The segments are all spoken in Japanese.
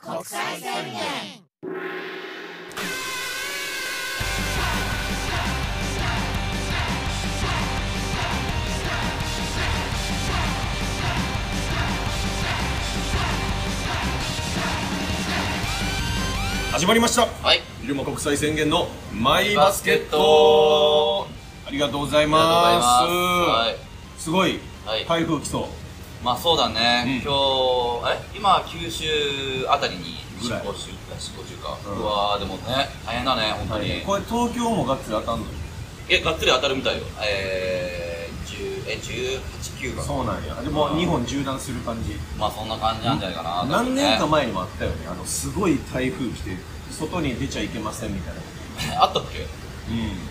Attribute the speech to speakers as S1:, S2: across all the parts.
S1: 国際宣言
S2: 始まりました
S3: はい、
S2: 昼間国際宣言のマイバスケットありがとうござい
S3: ありがとうござ
S2: ま
S3: いますす。はい、
S2: すごい
S3: はい
S2: 台風来そう
S3: まあそうだね、
S2: うん
S3: 今日、あれ今、九州あたりに
S2: ぐ
S3: 進
S2: らい
S3: 行中、進行中か、
S2: うん
S3: うわー、でもね、大変だね、本当に。
S2: これ東京もがっつり当たんの
S3: え、がっつり当たるみたいよ。えー、10え18、9かな。
S2: そうなんやでも日本縦断する感じ
S3: まあそんな感じなんじゃないかな、多
S2: 何
S3: 分ね
S2: 年か前にもあったよねあのすごい台風来て外に出ちゃいけませんみたいな
S3: あったっけ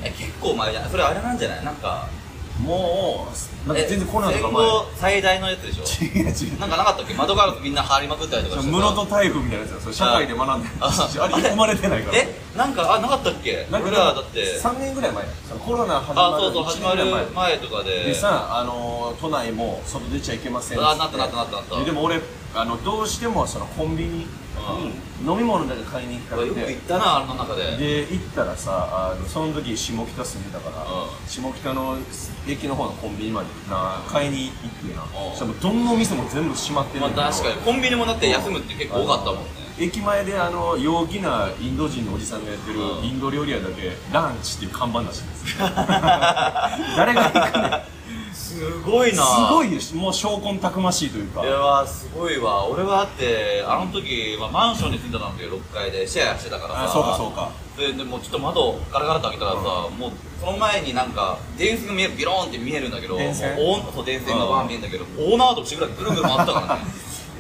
S3: え、結構前じゃないそれあれなんじゃないなんか、
S2: うんもうなんか
S3: え
S2: 全然コロナとか
S3: 戦後最大のやつでしょ
S2: 前違う違う
S3: なんかなかったっけ窓ガラスみんな張りまくったりとかしてさ
S2: 室戸台風みたいなやつだそれ社会で学んでる
S3: あ
S2: あれ生まれてないから
S3: え、なんか、あ、なかったっけ
S2: なん
S3: 俺
S2: から
S3: だって、
S2: 3年ぐらい前そのコロナ始ま
S3: あ、
S2: る
S3: そうそう、
S2: 1
S3: 始
S2: 年
S3: ま
S2: ぐらい前
S3: る前とかで。
S2: でさ、あのー都内も外出ちゃいけませんっつ
S3: あなったなったなったなった
S2: ででも俺あのどうしてもそのコンビニに飲み物だけ買いに行きたく
S3: よく行ってたな、あの中で。
S2: で行ったらさあのその時下北住んでたから
S3: う
S2: 下北の駅の方のコンビニまでな買いに行ってな
S3: うん
S2: そしたらもうどんのお店も全部閉まってる
S3: まあ確かに、コンビニもだって休むって結構多かったもんね。
S2: 駅前であの陽気なインド人のおじさんがやってる
S3: うん
S2: インド料理屋だけランチっていう看板なしです 誰が行くねん
S3: すごいな
S2: すご
S3: い
S2: いよしもう証拠たくましいというか
S3: いやわすごいわ俺はだってあの時、まあ、マンションに住んでたんだけど6階でシェアしてたからさ
S2: あそうかそうか
S3: ででもうちょっと窓ガラガラって開けたらさ、もうその前になんか電線が見えるビローンって見えるんだけど
S2: 電線
S3: もうオーそう電線がバーン見えるんだけど、オーナーと口ぐらいぐるぐる回ってたからね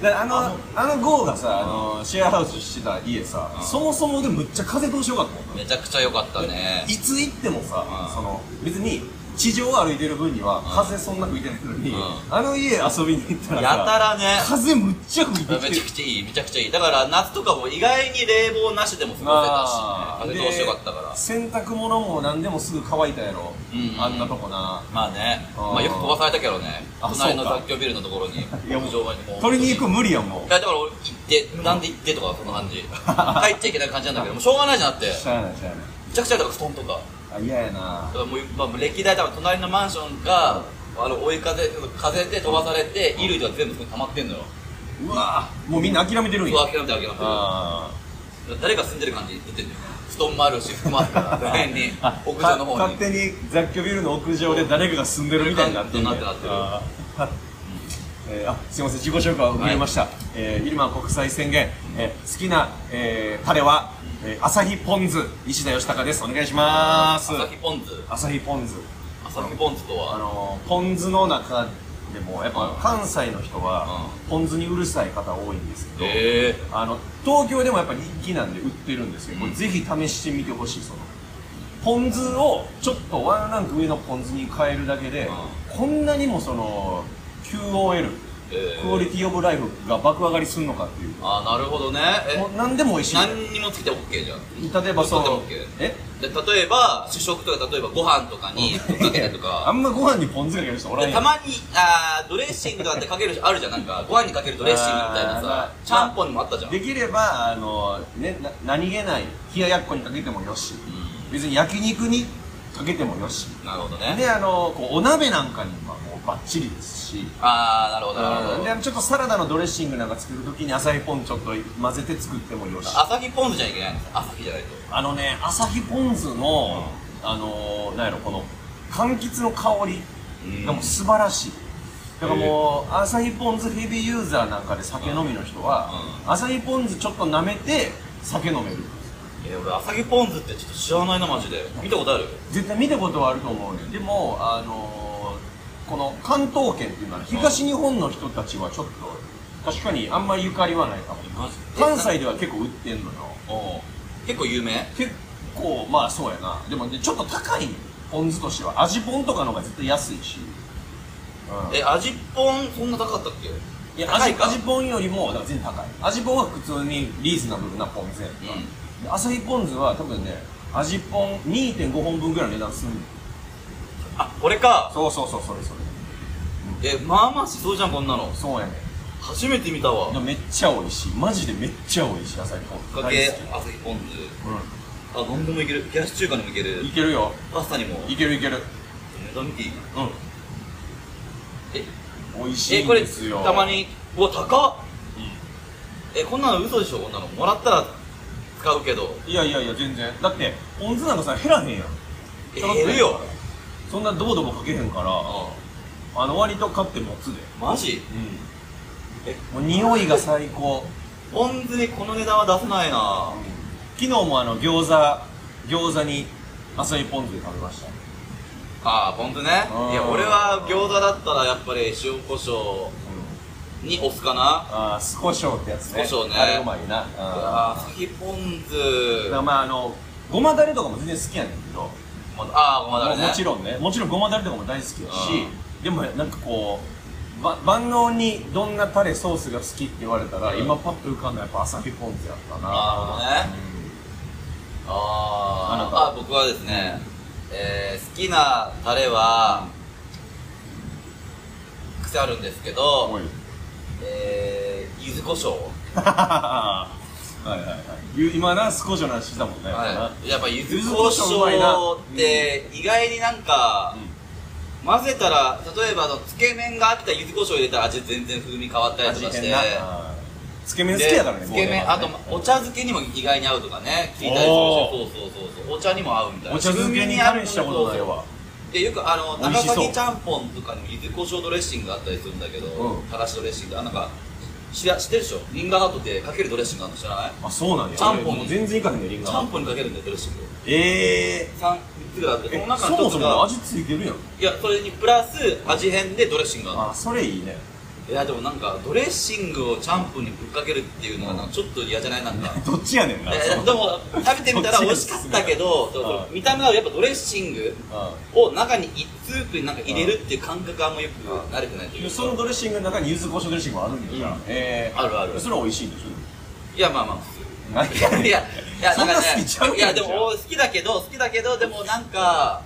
S2: だあのあの号がさあのシェアハウスしてた家さ、そもそもでむっちゃ風通しよかったもん
S3: めちゃくちゃ良かったね
S2: いつ行ってもさ、
S3: うん
S2: その別に地上を歩いてる分には風そんな吹いてないのに、
S3: うん
S2: あの家遊びに行ったらさ
S3: やたらね
S2: 風むっちゃ吹いてき
S3: め
S2: て
S3: ちゃくちゃいいめちゃくちゃいいだから夏とかも意外に冷房なしでも過ご
S2: あ
S3: せたし、ね、
S2: ー
S3: 風通しよかったから
S2: で洗濯物も何でもすぐ乾いたやろ、
S3: うんうん
S2: あんなとこな
S3: まあね
S2: あー
S3: まあよく飛ばされたけどね
S2: あ
S3: 隣の
S2: そうか
S3: 雑居ビルのところに
S2: いやもう
S3: 屋上までもう
S2: 取りに行く無理やんもう
S3: いやだから俺行ってなんで行ってとかそんな感じ入っちゃいけない感じなんだけどもうしょうがないじゃなくて
S2: しゃあないしゃあない
S3: めちゃくちゃだから布団とか
S2: あ嫌やな
S3: だからもう、まあ、歴代多分隣のマンションがあの追い風風で飛ばされて衣類とか全部そこに溜まってんのよ
S2: うわもうみんな諦めてるん
S3: そう
S2: や
S3: 諦めて諦めて
S2: あ
S3: 誰が住んでる感じ出てるんだよ布団もあるし服もある から
S2: ー
S3: 全に
S2: あ
S3: 屋上
S2: か
S3: の方に
S2: 勝手に雑居ビルの屋上で誰かが住んでるみたいになってんね
S3: なってるなってる
S2: あーえーあすいません自己紹介を遅れました、えー、入間国際宣言、えー好きな、えー、タレは、えー、朝日ポン酢石田義孝ですお願いします
S3: 朝日ポン酢
S2: 朝日ポン酢
S3: 朝日ポン酢と
S2: あ
S3: は
S2: のポン酢の中でもやっぱ関西の人はポン酢にうるさい方多いんですけど、
S3: ええ
S2: あの東京でもやっぱ人気なんで売ってるんですよ、これ
S3: うん
S2: ぜひ試してみてほしいそのポン酢をちょっとワンランク上のポン酢に変えるだけで、こんなにもその QOL
S3: えー
S2: クオリティオブライフが爆上がりするのかっていう、
S3: ああなるほどね
S2: もう
S3: え
S2: 何でも美味しい
S3: 何にもつけて OK じゃん
S2: 例えばそ
S3: ちょ
S2: の
S3: っとでも OK
S2: え
S3: で例えば主食とか例えばご飯とか にぶっかけてと
S2: あ
S3: か
S2: んまご飯にポン酢かける人おらん
S3: で
S2: や
S3: た
S2: ん
S3: まにあードレッシングとかってかける人あ るじゃんなんかご飯にかけるドレッシングみたいな
S2: あー
S3: さちゃんぽんにもあったじゃん
S2: できればあの、ね、な何気ない冷ややっこにかけてもよし別に焼肉にかけてもよし
S3: なるほどね
S2: であのこうお鍋なんかにはもうバッチリですし
S3: ああなるほどなるほ
S2: であ
S3: ど
S2: のちょっとサラダのドレッシングなんか作るときにアサヒポンちょっと混ぜて作ってもよし
S3: 朝日ポン酢じゃいけないの朝日じゃないと
S2: あのねアサヒポン酢の、あのなんやろこの柑橘の香りがもう素晴らしい、だからもう、アサヒポン酢ヘビーユーザーなんかで酒飲みの人は、アサヒポン酢ちょっと舐めて酒飲める
S3: えー俺朝日ポン酢ってちょっと知らないなマジで見たことある
S2: 絶対見たことはあると思うねでもあのーこの関東圏っていうのは東日本の人たちはちょっと確かにあんまりゆかりはないかも
S3: マジで
S2: 関西では結構売ってんのよ
S3: おう結構有名
S2: 結構まあそうやなでもねちょっと高いポン酢としては味ポンとかの方が絶対安いし、うん
S3: え味ポンそんな高かったっけ
S2: いや
S3: 高
S2: 味
S3: いか
S2: 味ポンよりもだから全然高い味ポンは普通にリーズナブルなポン酢やんかでアサヒポン酢は多分ね味ポン2.5本分ぐらいの値段する
S3: あこれか
S2: そうそうそうそれそれ
S3: えまあまあしそうじゃんこんなの
S2: そうやねん
S3: 初めて見たわ
S2: いやめっちゃ美味しいマジでめっちゃ美味しい朝日ポン酢
S3: か
S2: 大
S3: け
S2: 好き
S3: 朝日ポン酢あ何でもいける冷やし中華にもいけ
S2: うんい
S3: る
S2: けるよ
S3: パスタにも
S2: いけるいける
S3: 値段見ていいえ
S2: うん美味し
S3: え
S2: いん
S3: これ
S2: ですよ
S3: たまにうわ高っえこんなの嘘でしょこんなのもらったら使うけど
S2: いやいやいや全然だってポン酢なんかさ減らへんやん
S3: え
S2: ちょっと
S3: 減るよ
S2: そんなどぼどぼかけへんから
S3: あ
S2: あの割と買って持つで
S3: マジえ
S2: うんもう匂いが最高
S3: ポン酢にこの値段は出せないな
S2: 昨日もあの餃子餃子に朝日ポン酢で食べました
S3: あーポン酢ね
S2: うん
S3: いや俺は餃子だったらやっぱり塩コショウにお酢かな
S2: ああ酢胡椒ってやつね
S3: 酢胡椒ね
S2: あれうまいなうん
S3: あー先ポン酢
S2: だからまああのごまだれとかも全然好きやねんけど
S3: ああごまだれね
S2: もちろんねもちろんごまだれとかも大好きだし、でもなんかこうば万能にどんなタレソースが好きって言われたら、
S3: うん
S2: 今パッと浮かんだやっぱ朝日ポン酢やったな
S3: なるほどねあ
S2: あな
S3: ー
S2: た
S3: あ僕はですね、えー好きなタレは癖あるんですけ
S2: うん
S3: ど、
S2: おい
S3: えー、柚子胡椒、
S2: はいはいはいゆ今な少女の話したもんね、
S3: はい、やっぱ柚
S2: 柚子
S3: 子胡
S2: 胡
S3: 椒
S2: 椒
S3: って意外になんか混ぜたら例えばあのつけ麺が飽きたら柚子胡椒入れたら味全然風味変わったりとかして
S2: 変なあーつけ麺好きやからね
S3: でつ
S2: 僕は
S3: け
S2: ね
S3: 麺あとお茶漬けにも意外に合うとかね聞いたりするし
S2: お
S3: そうそうそうそうお茶にも合うみたいな
S2: お茶漬けに
S3: 合う
S2: 試したことないわ
S3: でよくあの
S2: 美味しそ
S3: 長
S2: う
S3: 崎ちゃんぽんとかにも柚子胡椒ドレッシングがあったりするんだけど、
S2: うん
S3: からしドレッシングあなんか知ら知ってるでしょリンガーハートってかけるドレッシングあるの知らない
S2: あそうなんや
S3: ちゃんぽん
S2: 俺全然いかへんねリン
S3: ちゃん
S2: ガ
S3: ぽんにかけるんだよドレッシング
S2: えー
S3: 3, つぐらいあってその
S2: え
S3: 中
S2: そ
S3: の
S2: も
S3: 一つ
S2: そも
S3: が
S2: 味ついてるやん
S3: いやそれにプラス味変でドレッシングがあるの
S2: あそれいいね
S3: いやでもなんかドレッシングをちゃんぽんにぶっかけるっていうのがなんかちょっと嫌じゃないなん か
S2: どっちやねんな
S3: えでも食べてみたら美味しかったけどそうそう
S2: あ
S3: 見た目はやっぱドレッシング
S2: あ
S3: を中にいスープになんか入れるっていう感覚があんまよく慣れてないというか
S2: そのドレッシングの中に柚子胡椒ドレッシングもあるんだじゃ
S3: うん
S2: んえー
S3: あるある
S2: それは美味しいんでしょ
S3: いやまあまあ普通
S2: 何
S3: いやいや、いや
S2: そんな
S3: だ
S2: 好
S3: からね
S2: きちゃうやん
S3: いやでも好きだけど、好きだけど、でもなんか、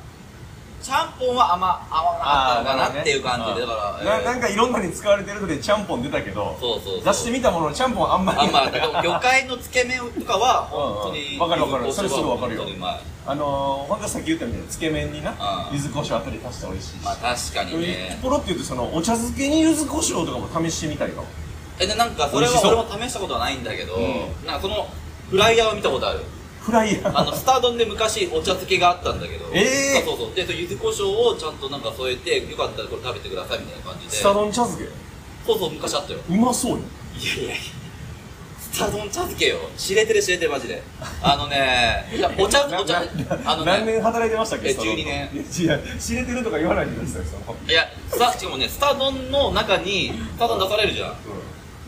S3: ちゃんぽんはあんま合わなかったのかなっていう感じで、だから、
S2: な
S3: えー
S2: なんかいろんなに使われてるのでちゃんぽん出たけど
S3: そうそうそう
S2: 出してみたもののちゃんぽんあんまり
S3: あんまだから 魚介のつけ麺とかは、本当
S2: うん
S3: に、
S2: うんわかるわかる
S3: 柚子胡椒
S2: それすぐわかるよ
S3: 本当にうまい
S2: あのー、ほんとさっき言ったみたいにつけ麺にな
S3: ああ
S2: 柚子胡椒あたり足して美味しいし
S3: まあ確かにね。
S2: ポロって言うとそのお茶漬けに柚子胡椒とかも試してみたいかも
S3: え、で、なんかそれ
S2: 美味しそう
S3: は俺も試したことはないんだけど、
S2: う
S3: なんかその、フライヤーを見たことある。
S2: フライヤ
S3: あ
S2: ー
S3: の、スター丼で昔お茶漬けがあったんだけど、
S2: えー
S3: あそうそう。で、その柚子胡椒をちゃんとなんか添えて、よかったらこれ食べてくださいみたいな感じで。
S2: スタ丼茶漬け
S3: そうそう、昔あったよ。
S2: うまそうよ
S3: いやいやいやスタ丼茶漬けよ知れてる知れてるマジであのねいやお茶お 茶
S2: なな
S3: あの
S2: 何
S3: ね
S2: 年働いてましたっけ
S3: え
S2: スタ丼
S3: 12年
S2: いや知れてるとか言わないでくださいその
S3: いやさしかもねスタ丼の中にスタ丼出されるじゃん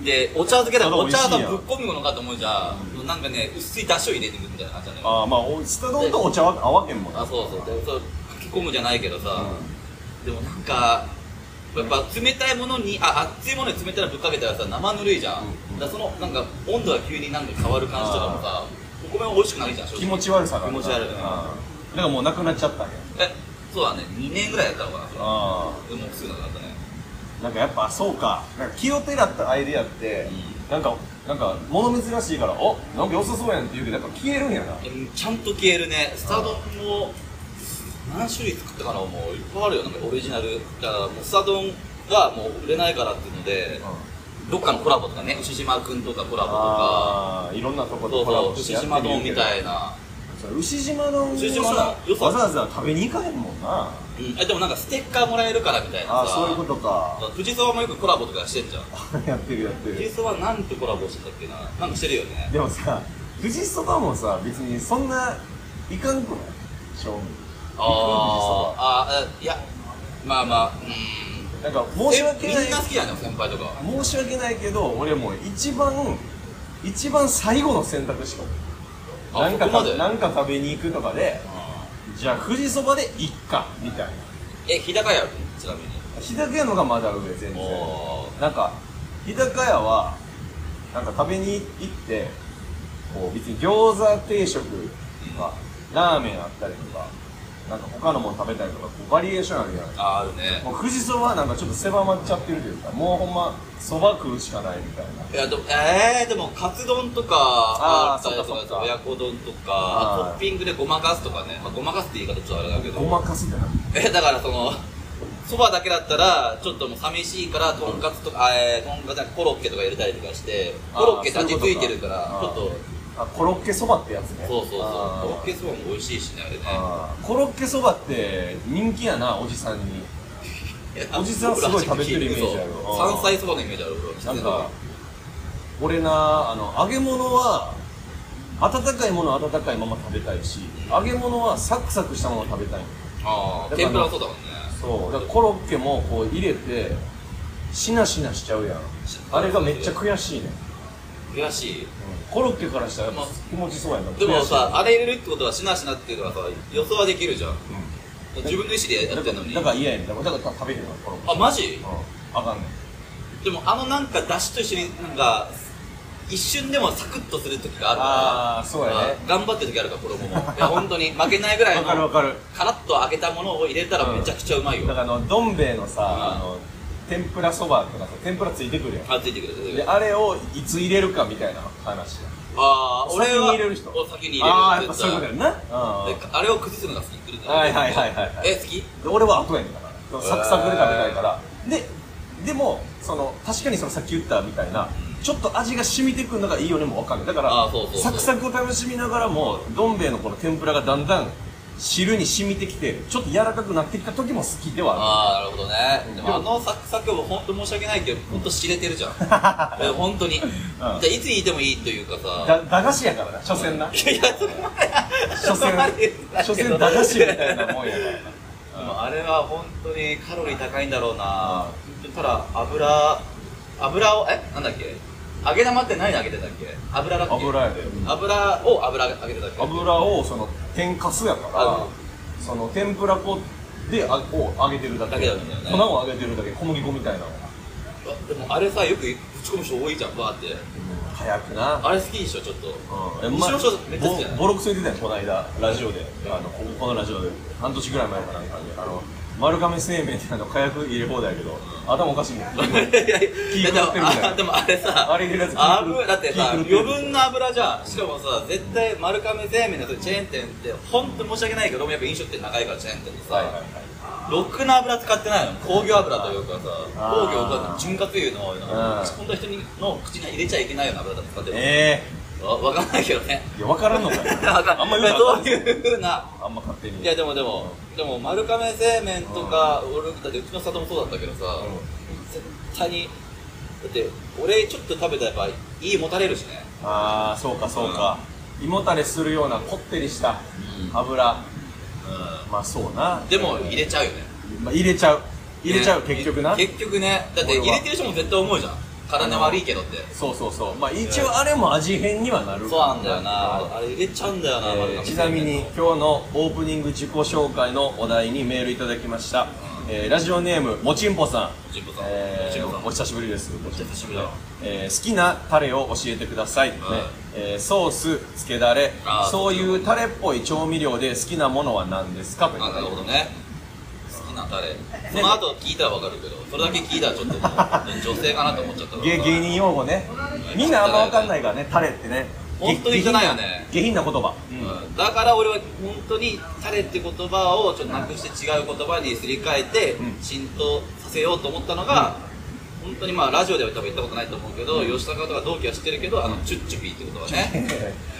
S3: でお茶漬けだからお
S2: スタ
S3: 茶
S2: 丼美味し
S3: だ
S2: いやん
S3: ぶっ込むのかと思うじゃんなんかね薄い出汁を入れてくるみたいな感じだね
S2: ああまあおスタ丼とお茶は合わへんもんな
S3: あそうそうでそうかき込むじゃないけどさ、でもなんかやっぱ冷たいものにあ熱いものに冷たいのぶっかけたらさ生ぬるいじゃん、
S2: うんうん
S3: だからそのなんか温度が急になんか変わる感じとかもさお米も美味しくないじゃん正直
S2: 気持ち悪さが
S3: 気持ち悪い
S2: ああだからもうなくなっちゃったんや
S3: えそうだね2年ぐらいやったのかなそれ
S2: あ
S3: でもすぐなくなったね
S2: あなんかやっぱそうかなんか気を手だったアイデアって、なんかなんか物珍しいからおなんか良さそうやんって言うけどやっぱ消えるんやな
S3: えちゃんと消えるねスター丼も何種類作ったかなもういっぱいあるよなんかオリジナルだからもうスター丼がもう売れないからっていうのでどっかのコラボとかね牛島君とかコラボとか
S2: ああいろんなとこ
S3: そ
S2: で
S3: う
S2: コラ
S3: そ
S2: ボ
S3: う
S2: して
S3: 牛
S2: やってみ
S3: 島丼みた
S2: い
S3: いな、
S2: 牛島の
S3: 牛島の良さ
S2: わざわざ食べに行かへんもんな
S3: うん、えでもなんかステッカーもらえるからみたいなさ
S2: ああそういうことか
S3: 藤沢もよくコラボとかしてんじゃん
S2: やってるやって
S3: 藤
S2: る
S3: 沢なんてコラボしてたっけななんかしてるよね
S2: でもさ富士そばもさ別にそんないかんくない正味
S3: あーあーいやまあまあうん
S2: なんか申し訳な
S3: え
S2: い
S3: みんな好きやね先輩とかは
S2: 申し訳ないけど俺もう一番一番最後の選択しかもな
S3: あ
S2: んか
S3: そこまで
S2: なんか食べに行くとかでじゃあ富士そばでいっかみたいな
S3: え日高屋ちなみに
S2: 日高屋のがまだ上全然
S3: おー
S2: なんか日高屋はなんか食べに行ってこう別に餃子定食とかラーメンあったりとかなんか他のもの食べたりとかこうバリエーションあるじゃない
S3: あーあるね
S2: もう富士そばはなんかちょっと狭まっちゃってるというかもうほんまそば食うしかないみたいない
S3: やでもえー、でもカツ丼とか
S2: あー
S3: あったりと
S2: そっかそっ
S3: か
S2: か
S3: 親子丼とか
S2: はい
S3: トッピングでごまかすとかね、まあ、ごまかすって言い方ちょっとあれだけど
S2: ごまかすってな
S3: えだからそのそばだけだったらちょっともう寂しいからとんかつとか、あえーとんかつじゃないコロッケとか入れたりとかしてコロッケって味付いてるから
S2: あー
S3: ちょっ
S2: そうい
S3: と
S2: うあコロッケそばってやつね
S3: そうそうそうコ
S2: あー
S3: ロッケそばも美味しいしねあれね
S2: あーコロッケそばって人気やなおじさんに
S3: いや
S2: おじさんすごい食べてるイメージある
S3: そう
S2: あー
S3: 山菜そばのイメージある俺は
S2: なんか俺なあの揚げ物は温かいものは温かいまま食べたいし揚げ物はサクサクしたまま食べたい
S3: あ
S2: だか
S3: あ
S2: ら
S3: 天ぷらもそうだもんね
S2: そうだからコロッケもこう入れてしなしなしちゃうやんあれがめっちゃ悔しいねん
S3: 悔しい
S2: コロッケからしたらやっぱ気持ちそうやな
S3: でも
S2: 悔し
S3: さあれ入れるってことはしなしなっていうのはさ予想はできるじゃん
S2: いうん
S3: 自分の意思でやってんのに
S2: だから嫌やねんだからだから食べへんわコロッケ
S3: あマジ
S2: うんあかんねん
S3: でもあのなんかだしと一緒になんか一瞬でもサクッとする時があるから
S2: ああそうやね
S3: あ頑張ってる時あるから衣もいや本当に負けないぐらいの
S2: わかるわかる
S3: カラッと揚げたものを入れたらめちゃくちゃうまいよ、
S2: だからあのどん兵衛のさ、
S3: ん
S2: あの天ぷらそばとかさ天ぷらついてくるやん
S3: あついてくれ
S2: で
S3: て
S2: あれをいつ入れるかみたいな話
S3: ああ俺は
S2: 先に入れる人
S3: お先に入れる
S2: ああやっぱそういうことや
S3: で
S2: んなうん
S3: あれを崩すのが好きって言ってた
S2: はいはいはいはいはい
S3: え好き
S2: で俺は後やねんからサクサクで食べたいからででもその確かにそのさっき言ったみたいなちょっと味が染みてくるのがいいよねもわかんないだか
S3: あーそうそう
S2: ら
S3: そ
S2: サ
S3: う
S2: クサクを楽しみながらもどん兵衛のこの天ぷらがだんだん汁に染みてきてちょっと柔らかくなってきた時も好きではあ
S3: ああなるほどねでもあのサクサクも本当申し訳ないけど本当知れてるじゃん え本当に、じゃあいついてもいいというか
S2: る
S3: さ
S2: だ駄菓子やからな所詮 ない
S3: やいやそれまで
S2: 所詮
S3: それまでだけど
S2: 所詮駄菓子み たいなもんやから な
S3: でもあれは本当にカロリー高いんだろうな
S2: あ
S3: ただ油油をえなんだっけ揚げ玉って何揚げてたっけ油だっけ
S2: 油やで
S3: 油を油揚げてたっけ
S2: 油をその天かすや
S3: あ
S2: からその天ぷら粉であを揚げてるだけ
S3: だけなんだよね
S2: 粉を揚げてるだけ小麦粉みたいなの
S3: あでもあれさよくぶち込む人多いじゃんバーって
S2: 早くな
S3: あれ好きでしょちょっと
S2: うん
S3: 西野翔めっちゃ好きじゃない
S2: ボボロクソ言ってたよこの間ラジオであのここのラジオで半年ぐらい前かなんかであの丸亀製麺ってあの火薬入れ放題やけど頭おかしいもん
S3: いやいやいやでも
S2: 気狂ってるみたい
S3: あ
S2: な
S3: でもあれさ
S2: あれ入れるやつ気狂
S3: あ
S2: ってる
S3: ぶだってさ
S2: 気狂っ
S3: 余
S2: てる
S3: 分な油じゃんしかもさ絶対丸亀製麺のチェーン店って本当申し訳ないけど俺もやっぱ飲食店長いからチェーン店でさ、
S2: はいはいはい
S3: ろくな油使ってないの工業油というかさ
S2: あー
S3: 工業とか潤滑油の
S2: ん
S3: 本当に人にの口に入れちゃいけないような油だって使ってる、
S2: え
S3: わ分かんないけどね
S2: えいや分からんのかよ
S3: わかん
S2: あんま
S3: ない
S2: 言う
S3: そう
S2: な
S3: いうふうな
S2: あんま勝手に
S3: いやでもでもでも丸亀製麺とか俺だってうちの里もそうだったけどさ、絶対にだって俺ちょっと食べたらやっぱ胃もたれるしね
S2: ああそうかそうか、胃もたれするようなこってりした油、まあそうな
S3: でも入れちゃうよね
S2: まあ、入れちゃう入れちゃう、
S3: ね
S2: 結局な
S3: 結局ねだっ
S2: 俺
S3: て
S2: は
S3: 入れてる人も絶対思うじゃん体悪いけどって
S2: そうそうそうまあ一応あれも味変にはなる
S3: そうなんだよなあれ入れちゃうんだよな、丸
S2: えー
S3: 亀
S2: ち
S3: 製
S2: な
S3: 麺
S2: みに今日のオープニング自己紹介のお題にメールいただきました、えーラジオネームもちんぽさん
S3: ジンボさん、
S2: え
S3: ジンボさん
S2: ーお久しぶりです
S3: 久しぶりだ
S2: えー好きなタレを教えてください、ねえーソースつけだれ
S3: あー
S2: そういうタレっぽい調味料で好きなものは何ですかという
S3: あなるほどね好きなタレその後聞いたらわかるけどそれだけ聞いたらちょっ ともう女性かなと思っちゃったから
S2: 芸芸人用語ねみんなあんま分かんないからねタレってね
S3: 本当に
S2: 下
S3: 汚
S2: 品
S3: いよね
S2: 下品な言葉、
S3: うんだから俺は本当にタレって言葉をちょっとなくして違う言葉にすり替えて
S2: うん
S3: 浸透させようと思ったのが、本当にまあラジオでは多分言ったことないと思うけど、吉高とか同期は知ってるけどあのチュッチュピーってことはね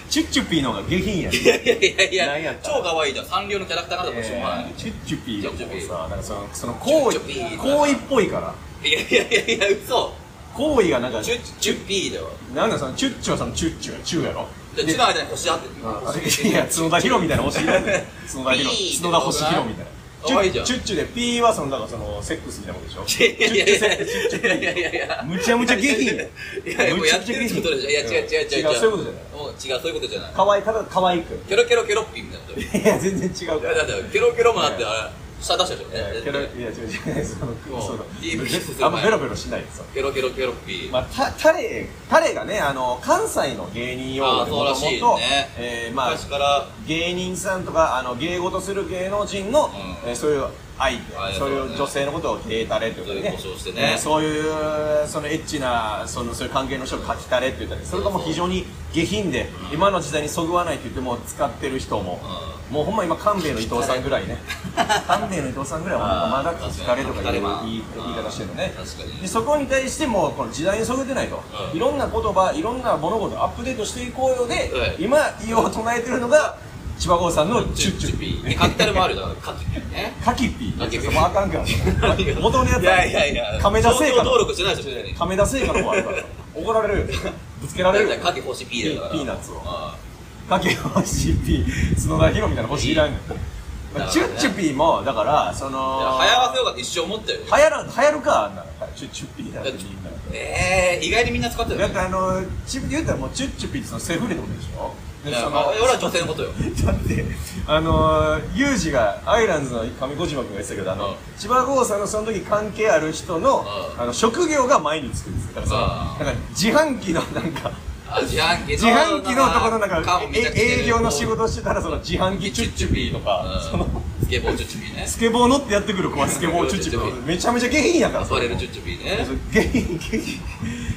S2: チュッチュピーの方が下品やね
S3: いやいやいや
S2: 何
S3: い
S2: や
S3: や
S2: った
S3: 超可愛いじゃんサンリオのキャラクターなんだもんしょうがない、
S2: チュッチュピーもさなんかそのその
S3: チュッ
S2: 行為
S3: チュピー
S2: 行為っぽいから
S3: いやいやいやいや嘘
S2: 行為がなんか
S3: チュッチュピーだよ
S2: なんだそのチュッチュはそのチュッチュやチューやろ
S3: じゃあ
S2: で
S3: 違う間に腰あって
S2: あいや角田博みたいな 星いらんねん角田博
S3: ピー
S2: 角田星博みたいなチ
S3: 可愛いじ
S2: ュッ
S3: ゃん
S2: チュッチュでピーはそのだからそのセックスみたいなことでしょ
S3: いやいやいや
S2: チュッチュセックスチュッチュ
S3: いやいやいやいや
S2: むちゃむちゃ下品や
S3: いやいやもうやってるってことでしょいや違う違う違う
S2: 違うそういうことじゃない
S3: もう違うそういうことじゃない
S2: かわいただ可愛く
S3: ケロケロケロッピーみたいなこと
S2: いや全然違うか
S3: いやだ
S2: ら
S3: ってケロケロもだってあれ下出したでしょ
S2: いや
S3: え
S2: ケロいや違う違うその
S3: う
S2: その
S3: いいブレスする
S2: あんまベロベロしないですよ
S3: ケロケロケロッピー。
S2: まあ、たタレタレがねあの関西の芸人用語で
S3: あそうらしいね
S2: 元々えーまあ
S3: 昔から、
S2: 芸人さんとかあの芸事する芸能人の、
S3: うん
S2: えーそういう相
S3: あ
S2: 手そういう女性のことを芸タレってことでね
S3: そういう故障して
S2: え
S3: ね
S2: ーそういうそのエッチなそのそういう関係の人を書きタレって言ったりそれとも非常に下品で、
S3: うん
S2: 今の時代にそぐわないって言っても使ってる人も、もうほんま今官兵衛の伊藤さんぐらい ね官兵衛の伊藤さんぐらいはまだ書きタレとかいう言い言い方してるのね
S3: 確か
S2: で
S3: に。
S2: そこに対してもこの時代にそぐってないと、
S3: うん
S2: いろんな言葉いろんな物事をアップデートしていこうよで、
S3: うん
S2: 今言おう唱えてるのが千葉郷さんのチュッチュピー
S3: カキタレもあるよ、だから、カキピーね。
S2: カキピー
S3: カキピー
S2: そこあかんから元のやつ
S3: いやいやいや、
S2: 亀田製
S3: 商
S2: 菓
S3: 標
S2: の
S3: 登録してないでしょ、に。
S2: 亀田製菓の方あるから怒られるよぶつけられるよ
S3: カキ星ピーだから。
S2: ピーナッツを
S3: あ
S2: かけ星ピー角田博みたいな星いらんよ
S3: だからね
S2: チュッチュピーもだからその
S3: あ。早合わせようかって一生思ったよ。
S2: 流行らん流行るかあんなのチュッチュピーだってみんな
S3: ええ、意外にみんな使ってる
S2: だ
S3: よ
S2: っ
S3: ね
S2: て。あのチ言うたらもうチュッチュピーってそのセフレってことでしょ
S3: い
S2: で
S3: や
S2: そ
S3: まあ
S2: の
S3: 俺は女性のことよ。
S2: だってあのーユージがアイランズの上小島君が言ってたけどあの、
S3: うん
S2: 千葉郷さんのその時関係ある人の,、
S3: うん
S2: あの職業が前につくんですよだから
S3: あ
S2: そのなんか自販機のなんか
S3: あ自販機の
S2: 自販機のところのなんか
S3: 缶をめちゃくちゃ入れ
S2: え
S3: る
S2: 営業の仕事してたらその自販機チュッチュピーとか、
S3: うん
S2: その
S3: スケボーチュッチュピーね
S2: スケボー乗ってやってくる子はスケボーチュッチュピーめちゃめちゃ下品やから
S3: 遊ばれるチュッチュピーね
S2: 下品下品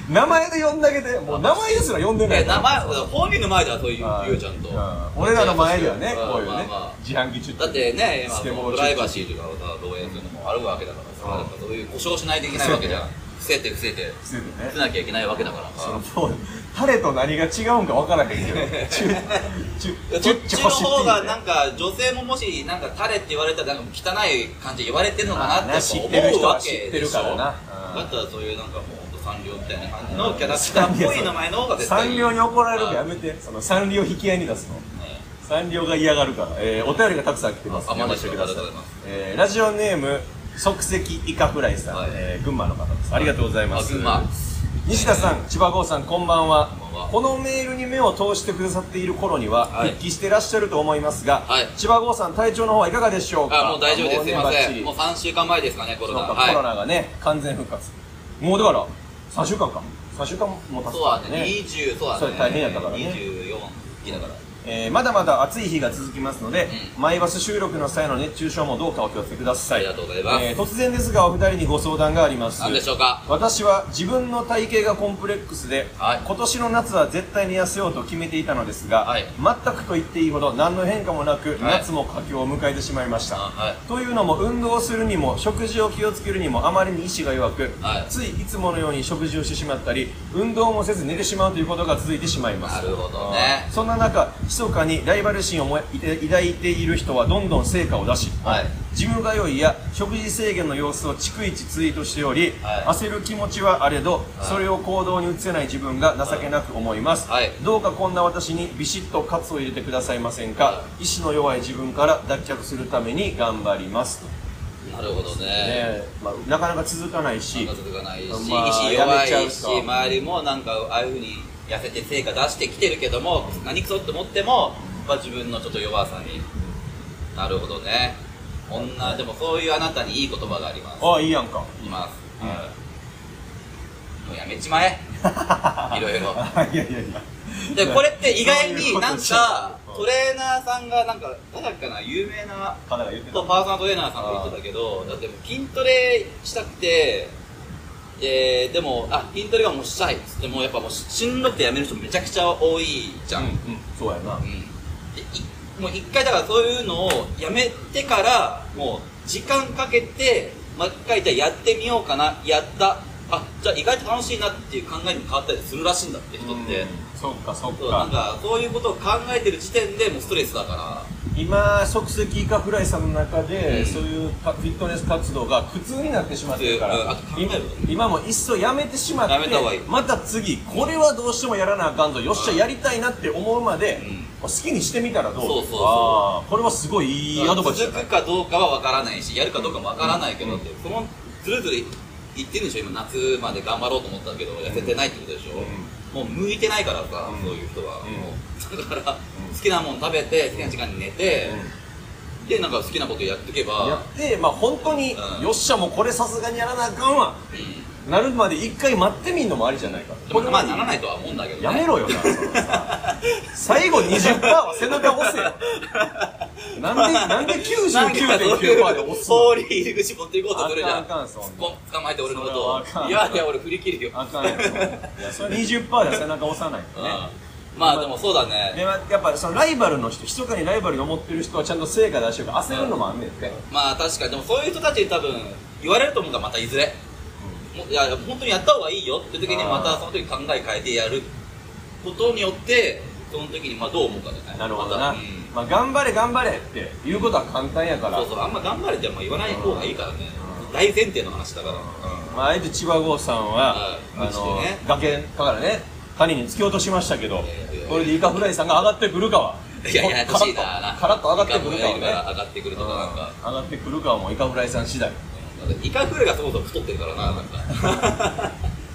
S2: 名前で呼んだけでもう名前ですら呼んでない
S3: え名前本人の前ではそういう
S2: はい
S3: 言うちゃんと
S2: うん俺らの前ではね
S3: うん
S2: こういう
S3: まあ
S2: ね
S3: まあ
S2: 自販機チュッチュ
S3: だってね今
S2: スケボー
S3: もうプライバシーとかをさ漏洩するのもあるわけだからさ
S2: うん
S3: やっぱそういう故障しないといけないわけじゃん伏せて伏せて
S2: 伏せてね
S3: 伏せなきゃいけないわけだから
S2: その
S3: さ
S2: もうタレと何が違うんか分からへんけどチュチュ
S3: そ
S2: チ
S3: っち
S2: ュッチ
S3: の
S2: 欲しい
S3: 方がなんか女性ももしなんかタレって言われたらなんか汚い感じで言われてるのかなってやっぱ
S2: 知ってる
S3: 思う
S2: 人は
S3: わ
S2: 知っ
S3: け
S2: て
S3: で
S2: る
S3: し
S2: か
S3: ょ
S2: らな
S3: だったらそういうなんかもうほんとサンリオみたいな感じのキャラクターっぽい名前の方が絶対い
S2: 三
S3: い
S2: 両に怒られるからやめてその三両引き合いに出すの
S3: ね
S2: 三両が嫌がるから、えーお便りがたくさん来てます
S3: あまだ
S2: 読ませて
S3: ありがとうございます
S2: えーラジオネーム即席イカフライさん、
S3: はい
S2: えー群馬の方ですありがとうございます
S3: あ群馬
S2: 西田さん、千葉郷さんこんばんは
S3: こんばんは
S2: このメールに目を通してくださっている頃には、
S3: はい
S2: 復帰してらっしゃると思いますが、
S3: はい
S2: 千葉郷さん体調の方はいかがでしょうか
S3: あもう大丈夫です、すいま
S2: もうね
S3: せ
S2: バッチ
S3: ん、
S2: リ
S3: もう3週間前ですかね、コロナ、
S2: そうか
S3: は
S2: コロ
S3: い、
S2: ナがね完全復活もうだから3週間か3週間も経つ
S3: そう
S2: か
S3: だ
S2: ら
S3: ね、20、そうだね、
S2: それ大変やったからね
S3: 24期だから、
S2: えーまだまだ暑い日が続きますので、
S3: う
S2: マイバス収録の際の熱中症もどうかお気をつけください
S3: ありがとうございます
S2: えー突然ですがお二人にご相談があります
S3: なんでしょうか、
S2: 私は自分の体型がコンプレックスで、
S3: はい
S2: 今年の夏は絶対に痩せようと決めていたのですが、
S3: はい
S2: 全くと言っていいほど何の変化もなく、
S3: はい
S2: 夏も佳境を迎えてしまいました、
S3: あはい
S2: というのも運動をするにも食事を気をつけるにもあまりに意志が弱く、
S3: はい
S2: ついいつものように食事をしてしまったり運動もせず寝てしまうということが続いてしまいます
S3: なるほどね、
S2: そんな中密かにライバル心をもいて抱いている人はどんどん成果を出し、
S3: はい
S2: ジム通いや食事制限の様子を逐一ツイートしており、
S3: はい
S2: 焦る気持ちはあれど、
S3: い
S2: それを行動に移せない自分が情けなく思います、
S3: はい
S2: どうかこんな私にビシッと喝を入れてくださいませんか、
S3: は
S2: 意志の弱い自分から脱却するために頑張ります、
S3: なるほどね、
S2: ねまあ、なかなか続かないし
S3: なんか続かないし、意
S2: まあ
S3: 志弱
S2: やめ
S3: い
S2: ち
S3: し、
S2: ゃうか
S3: 周りもなんか、ああいうふうに痩せて成果出してきてるけども、何くそって思っても、まあ、自分のちょっと弱さに、なるほどね、女、でもそういうあなたにいい言葉があります。
S2: ああいいやんか
S3: います、
S2: うん
S3: はいもうやめちまえ いろいろ
S2: いやいやいや
S3: でこれって意外
S2: そういう
S3: に
S2: こと
S3: なん
S2: じゃ
S3: か
S2: うん
S3: トレーナーさんがなんか誰だっけな有名な
S2: 彼が言ってた
S3: パーソナルトレーナーさんが言ってたけどだってもう筋トレしたくてででもあ筋トレがもうしたいっつってもうやっぱもうししんどくてやめる人めちゃくちゃ多いじゃん、
S2: うんうん、そうやな、
S3: うんでいもう一回だからそういうのをやめてからもう時間かけてもう一回じゃあやってみようかなやったあじゃあ意外と楽しいなっていう考えに変わったりするらしいんだって人って、
S2: そっかそっ
S3: そうなん
S2: か
S3: かそういうことを考えてる時点でもうストレスだか
S2: 今即席イカフライさんの中で、
S3: うん
S2: そういうかフィットネス活動が苦痛になってしまってるから、
S3: うんあと考える
S2: 今今もいっそやめてしまって
S3: やめた方がいい
S2: また次これはどうしてもやらなあかんぞよっしゃ
S3: うん
S2: やりたいなって思うまで、
S3: うん
S2: 好きにしてみたらどう
S3: そうそうそう
S2: あーこれはすごいいい
S3: ら
S2: アドバイスじゃ
S3: 続
S2: な
S3: く
S2: い
S3: かどうかは分からないしやるかどうかも分からないけどって、そのずるずる言ってるんでしょ今夏まで頑張ろうと思ったけど痩せてないってことでしょ、もう向いてないからさ、
S2: うん
S3: そういう人
S2: う
S3: は、
S2: ん
S3: もうだから、好きなもん食べて好きな時間に寝て、
S2: う
S3: でなんか好きなことやっていけ
S2: や
S3: ば
S2: って、まあ本当に、
S3: うん
S2: よっしゃ、もうこれさすがにやらなあかんわ。なるまで一回待ってみんのもありじゃないか。
S3: でもまあならないとは思うんだけど、ね、
S2: やめろよな、そのさ。最後20%は背中押せよ。なん で、なんで99.9%で押すの
S3: 総理入り口持っていこうとするじゃん。
S2: あかんあかんそんな
S3: 突っ込ん捕まえて俺のこ
S2: それはあ
S3: と
S2: か
S3: を。
S2: ん
S3: いやいや、俺振り切るよ。
S2: あかんよ。いやそれ20%で背中押さないとね。
S3: うんまあでもそうだね。
S2: でまあやっぱそのライバルの人、密かにライバルに思ってる人はちゃんと成果出してるから焦るのもあんねんって。
S3: まあ確かに、でもそういう人たちに多分言われると思うから、またいずれ。もういや、本当にやった方がいいよって時に、
S2: あー
S3: またその時考え変えてやることによって、その時にまあどう思うかじゃない
S2: なるほど
S3: ま
S2: な。
S3: たうん
S2: まあ頑張れ頑張れって言うことは簡単やから。
S3: そうそう、あんま頑張れっても言わない方がいいからね
S2: う。
S3: 大前提の話だから。
S2: まあ、あえて千葉郷さんは、
S3: はい
S2: あの、
S3: ね
S2: 崖からね谷に突き落としましたけど
S3: いやいやいや
S2: これでイカフライさんが上がってくるかはい
S3: やいや、ややこしいな。なん
S2: カラッと上がってくるかは
S3: イカフ
S2: ね
S3: ライが上がってくるとかなんか。
S2: うん上がってくるかはもうイカフライさん次第
S3: イカフレがそもそも太ってるからな、なん か。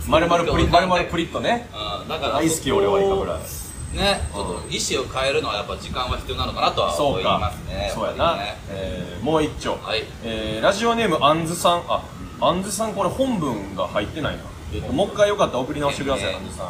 S2: 丸々プリ丸々プ
S3: リ。
S2: リッとね
S3: うん、だから。
S2: 大好き俺はイカフライ
S3: ね、ちょっと意思を変えるのはやっぱ時間は必要なのかなとは
S2: そ
S3: 思
S2: う
S3: い
S2: か
S3: ますね。
S2: そうや
S3: やっ
S2: な
S3: ぱりね
S2: えーもう一丁
S3: はい
S2: えーラジオネームあんずさんああんずさんこれ本文が入ってないなえっともう一回よかったら送り直してください
S3: えー
S2: あんずさん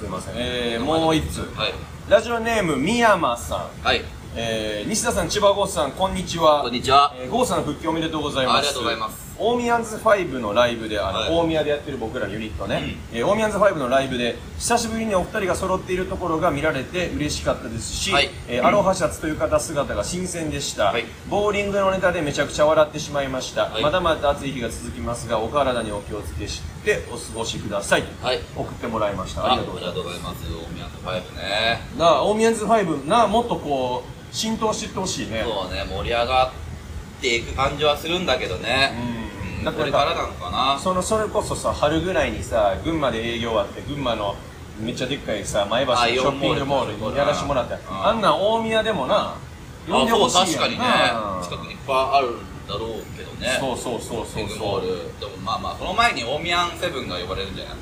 S2: すいませんえーもう一通
S3: はい。
S2: ラジオネームみやまさん
S3: はい。
S2: えー西田さん、千葉郷さん、こんにちは。
S3: こんにちは。
S2: えー郷さんの復帰おめでとうございます。
S3: ありがとうございます。
S2: 大宮ズファイブのライブで、あの、
S3: はい
S2: 大宮でやってる僕らのユニットね、えー大宮ズファイブのライブで、久しぶりにお二人が揃っているところが見られて嬉しかったですし、
S3: はい
S2: えーアロハシャツという方姿が新鮮でした、
S3: はい
S2: ボーリングのネタでめちゃくちゃ笑ってしまいました。
S3: はい
S2: まだまだ暑い日が続きますが、お体にお気をつけしてお過ごしください。
S3: はい。
S2: 送ってもらいました。ありがとうございます。
S3: ありがとうございます。大宮のファイブね。
S2: なあ、大宮ズファイブ、なあ、もっとこう、浸透していってほしいね。
S3: そうね、盛り上がっていく感じはするんだけどね。
S2: う
S3: うん、これからなのかな。
S2: そのそれこそさ春ぐらいにさ群馬で営業終わって群馬のめっちゃでっかいさ前橋の
S3: あ
S2: ショッピングモールにやらしてもらったやん
S3: うん
S2: あんなん大宮でもな呼んでほ
S3: あ、そう、
S2: しい
S3: 確
S2: やん
S3: かにね
S2: な。
S3: 近くにいっぱいあるんだろうけどね。
S2: そうそうそうそう
S3: ビッグモ
S2: そう
S3: ール。でもまあまあ、その前に大宮セブンが呼ばれるんじゃない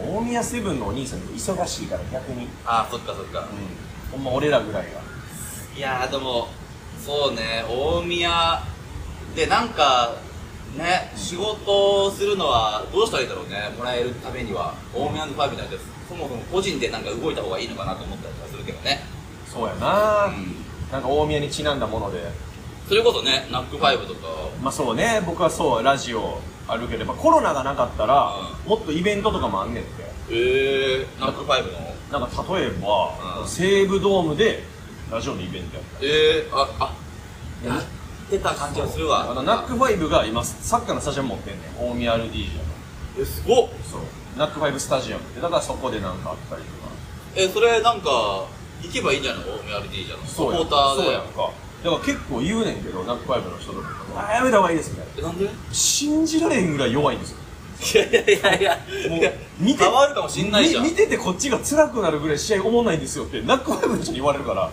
S2: でも大宮セブンのお兄さんって忙しいから逆に、
S3: ああ、そっかそっか。
S2: ほんま俺らぐらいが
S3: いやーでもそうね大宮でなんかね仕事をするのはどうしたらいいだろうねもらえるためには大宮のファイブなんてそもそも個人でなんか動いた方がいいのかなと思ったりとかするけどね、
S2: そうやな、
S3: うん、
S2: なんか大宮にちなんだもので
S3: それこそねナックファイブとか
S2: まあそうね僕はそうラジオあるけどやっぱコロナがなかったら、もっとイベントとかもあんねんって
S3: ええナックファイブの
S2: なんか例えば、
S3: うん
S2: 西武ドームでラジオのイベントやった
S3: ええああ
S2: いや
S3: やってた感じがするわ
S2: あのナックファイブが今サッカーのスタジアム持ってんねん大宮 RD じゃ
S3: えすごっ
S2: んそうナックファイブスタジアムってだからそこでなんかあったりとか
S3: えそれなんか行けばいいんじゃないの大宮 RT じゃんサポ
S2: や
S3: ー
S2: ん
S3: ター
S2: そう
S3: で
S2: やんかだから結構言うねんけどナックファイブの人とかあやめた方がいいですみたいな
S3: えなんで
S2: 信じられへんぐらい弱いんですよ
S3: いやいやいや
S2: もう
S3: いや、
S2: 見て
S3: 変わるかもしんないじゃん。
S2: み見ててこっちが辛くなるぐらい試合おもんないんですよってナックファイブの人に言われるから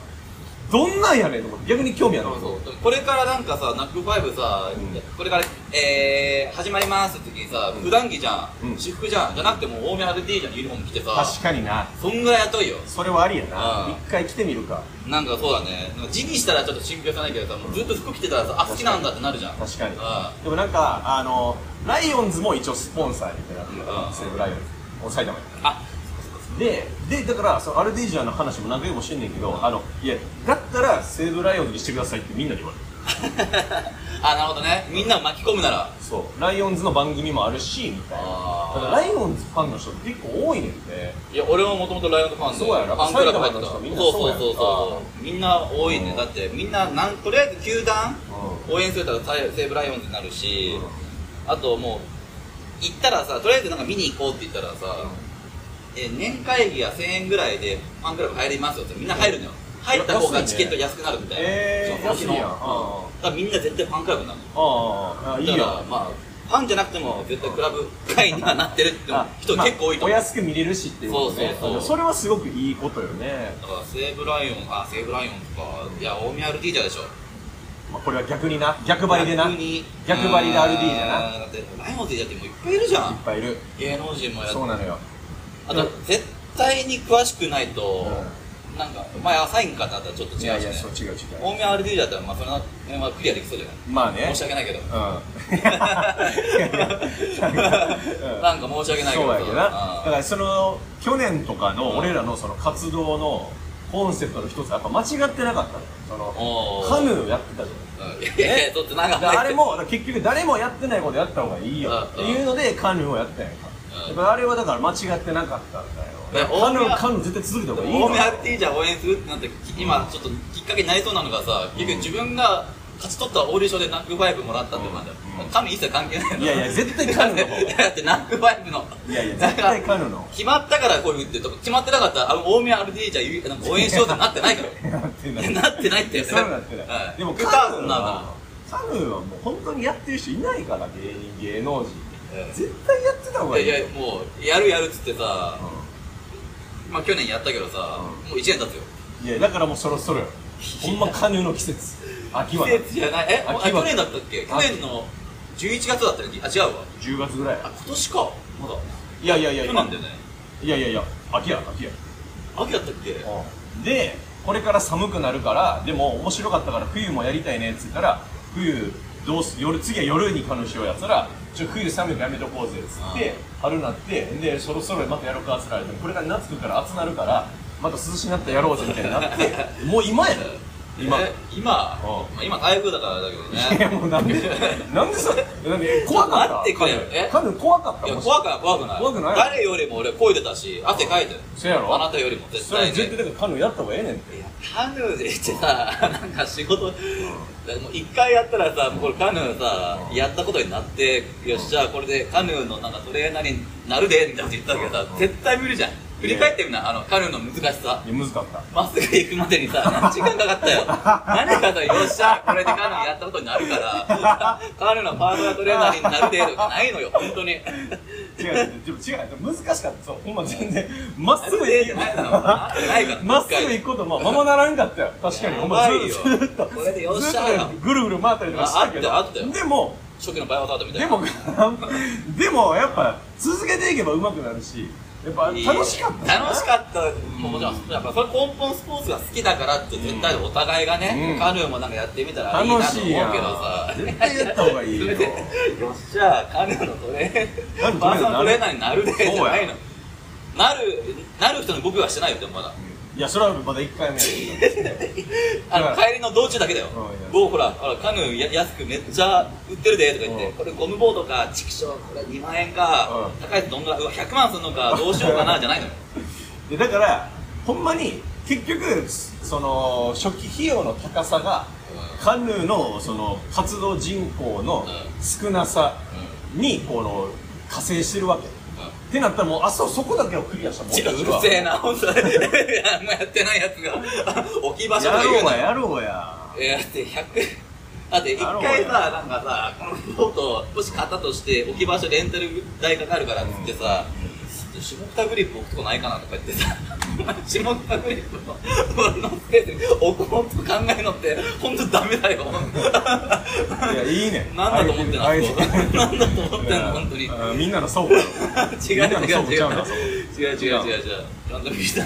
S2: どんなんやねんと思って逆に興味ある
S3: そうそうこれからなんかさ、ナックファイブさ、
S2: うん
S3: これから、えー、始まりますって時にさ、普段着じゃん、
S2: うん
S3: 私服じゃん、じゃなくてもう大宮 RT じゃん、ユニフォーム着てさ、
S2: 確かにな
S3: そんぐらい雇いよ。
S2: それはありやな
S3: うん
S2: 一回来てみるか
S3: なんかそうだね、なんか地にしたらちょっと信憑さないけどさ、もうずっと服着てたらさ、あ、好きなんだってなるじゃん。
S2: 確かに
S3: う
S2: でもなんかあのライオンズも一応スポンサーみたいなってるから
S3: うん
S2: 西武ライオンズお埼玉に
S3: んあ、
S2: ででだからそのアルディージャの話も何回もしてんねんけどあのいやだったら西武ライオンズにしてくださいってみんなに言われる
S3: あ、なるほどね。みんなを巻き込むなら。
S2: そうライオンズの番組もあるしみたいな
S3: あー
S2: だからライオンズファンの人って結構多いねんて
S3: いや、俺ももともとライオンズファン
S2: そ
S3: で、
S2: うやろ
S3: ファンクラブ入ってた
S2: 埼玉の人みんな
S3: そう
S2: そう
S3: そう
S2: やん
S3: そうそう。みんな多いね。だって、みんな、なん、とりあえず球団、応援すると西武ライオンズになるし、あともう行ったらさとりあえずなんか見に行こうって言ったらさ、え年会費が1000円ぐらいでファンクラブ入りますよってみんな入るのよ入った方がチケット安くなるみたいな、
S2: えー
S3: その日の
S2: 安いやん
S3: うんだからみんな絶対ファンクラブになる
S2: あーあいい
S3: だから
S2: よ
S3: まあファンじゃなくても絶対クラブ会員にはなってるって人結構多い
S2: お
S3: と思う、
S2: 安く見れるしっていうことね
S3: そうそうそう
S2: あそれはすごくいいことよね、
S3: だから西武ライオンあ西武ライオンとかいや大宮 RT じゃでしょ
S2: まあ、これは逆にな逆張りでな
S3: 逆
S2: いっ
S3: に
S2: 逆張りで RT じゃな
S3: うんだってライオンズじゃってもういっぱいいるじゃん
S2: ぱいいる
S3: 芸能人もやって
S2: そうなのよ
S3: あと絶対に詳しくないと、なんか、まあ、サインかだったらちょっと違うし、
S2: い
S3: ね、
S2: やいや、そう、違う違う。
S3: 大宮 RD だったら、まあ、その辺はクリアできそうじゃない
S2: まあね。
S3: 申し訳ないけど。
S2: う ん。いやいやうん
S3: なんか申し訳ないけ
S2: そう
S3: ど。
S2: やけどな。だからその、去年とかの俺らのその活動のコンセプトの一つはやっぱ間違ってなかったの。その、
S3: おー
S2: カヌーやってたじゃん。
S3: うんいやいや、取ってなかっ
S2: だから
S3: た。
S2: あれも、だから結局誰もやってないことやった方がいいよっていうので、カヌーをやったやんか。
S3: うん
S2: やっぱあれはだから間違ってなかったんだよ。
S3: いや
S2: カヌ
S3: 大宮
S2: ー、カヌー絶対続けた方がいい
S3: 大
S2: よ。
S3: 宮 RD じゃ応援するってなって、き今ちょっときっかけになりそうなのがさ、結局自分が勝ち取ったオーディションでナックファイブもらったってなんだよ
S2: うん。
S3: カヌー一切関係ないの
S2: いやいや絶対カヌーの方
S3: いや だってナックファイブの。
S2: いやいや、絶対
S3: なんか
S2: カヌーの。
S3: 決まったからこういうってとか、決まってなかったら、あの大宮 RD じゃ言うなんか応援しようってなってないか ら。
S2: なってない。
S3: なってないって。
S2: そうなってない。
S3: で
S2: で
S3: も、
S2: も
S3: ク
S2: カ
S3: タ
S2: ヌー
S3: なんだ
S2: は、カヌーはもう本当にやってる人いないから、芸人、芸能人。
S3: え
S2: 絶対やってた方がい
S3: え。
S2: い
S3: い
S2: よ。
S3: や、もう、やるやるっつってさ、
S2: う
S3: まあ去年やったけどさ、
S2: う
S3: もう1年経つよ。
S2: んいや、だからもうそろそろよ。ほんまカヌーの季節。秋は
S3: 季節じゃない。え、あ
S2: 秋は
S3: 去年だったっけ去年の11月だったね。あ、違うわ。
S2: 10月ぐらい
S3: あ、。今年か。まだ。
S2: いやいやいや
S3: 去
S2: い
S3: 年
S2: や。
S3: だよね。
S2: いやいやいや、秋や、秋や。
S3: 秋だったっけ
S2: でこれから寒くなるからでも面白かったから冬もやりたいねっつったら冬どうす夜次は夜に彼女しようやったらちょ冬寒いからやめとこうぜっつって春なってでそろそろまたやろうかっつられてこれから夏来るから暑なるからまた涼しになったらやろうぜみたいになって もう今やね今
S3: え今、まあ、今台風だからだけど
S2: いや
S3: ね。
S2: もうなんでなんでそれなんで怖かった
S3: 待ってくれよえ
S2: カヌー怖かった
S3: いや
S2: もし
S3: 怖くない怖くない
S2: 怖くない
S3: 誰よりも俺声出たし汗かいてる
S2: そうやろ
S3: あなたよりも絶
S2: それ
S3: 対
S2: 絶対
S3: に
S2: だからカヌーやった方がええねんって
S3: いやカヌーでってさなんか仕事もう一回やったらさもうこれカヌーさ
S2: うん
S3: やったことになってよしじゃあこれでカヌーのなんかトレーナーになるでみたいなこと言ったけどさ
S2: うん
S3: 絶対無理じゃん振り返ってみなあのカヌーの難しさ
S2: いや難かった
S3: まっすぐ行くまで にさ、何時間かかったよ。何かと、よっしゃ、これでカヌーやったことになるから、カヌーのパーソナルトレーナーになる程度がないのよ、本当に。
S2: 違う違うでも違うでも難しかったそうほんま全然まっすぐ
S3: え
S2: 行
S3: じ
S2: く
S3: ゃないのなってないから。
S2: まっすぐ行くこともままならんかったよ確かにお前ず
S3: やばいよ
S2: っと
S3: これでよっ
S2: ずっ
S3: し
S2: と
S3: ゃよ
S2: ねぐるぐる回ったりとかしたけど
S3: まああったよあった
S2: で
S3: よ
S2: も
S3: 初期のバイオハザードみたい
S2: で
S3: な。
S2: もでもやっぱ続けていけば上手くなるしやっぱ楽しかったな
S3: 楽しかった。もちろん、やっぱそれ根本スポーツが好きだからって、絶対お互いがね、
S2: うん
S3: カヌーもなんかやってみたらいいな
S2: 楽
S3: と
S2: しい
S3: 思うけ
S2: やん
S3: どさ。
S2: 絶対やった方がいいよ
S3: それでよっしゃ、カヌーのトレ
S2: カ
S3: ー
S2: ヌーのトレーナーになる
S3: パーソナルトレーナーになるで、じ
S2: そうや
S3: ゃないの。なる、なる人の僕はしてないよ、でもまだ。
S2: いやそれはまだ1回目やけど
S3: あの帰りの道中だけだよ
S2: う、ん
S3: もうほら、ほらカヌーや安くめっちゃ売ってるでとか言って、
S2: うん
S3: これゴムボードか、畜生、これ2万円か、
S2: うん
S3: 高いやつどんぐらい、うわ、100万すんのか、どうしようかなじゃないのよ、
S2: でだからほんまに結局その初期費用の高さがカヌーのその活動人口の少なさにこの加勢してるわけってなったらもうあそそこだけをクリアしたもん
S3: ちょっとうるせえな、本当に、 あんまやってないやつが、置き場所と
S2: や
S3: か言
S2: ろ
S3: う
S2: う
S3: な
S2: ややろうや
S3: えーだって100だって一回さなんかさこのボートもし買ったとして置き場所レンタル代かかるからっつってさ、下北グリップ置くとこないかなとか言ってさ 下北グリップの俺のスペースに置こうと考えるのって本当ダメだよ
S2: いやいいね
S3: なんだと思ってんの
S2: あ
S3: あ
S2: あい
S3: そこ なんだと思ってんの本当に
S2: ううんみんなのそうか
S3: 違う違う違う違う違う
S2: みんなの倉庫ちゃうんだそこ
S3: 違う違う違う違うランドリーした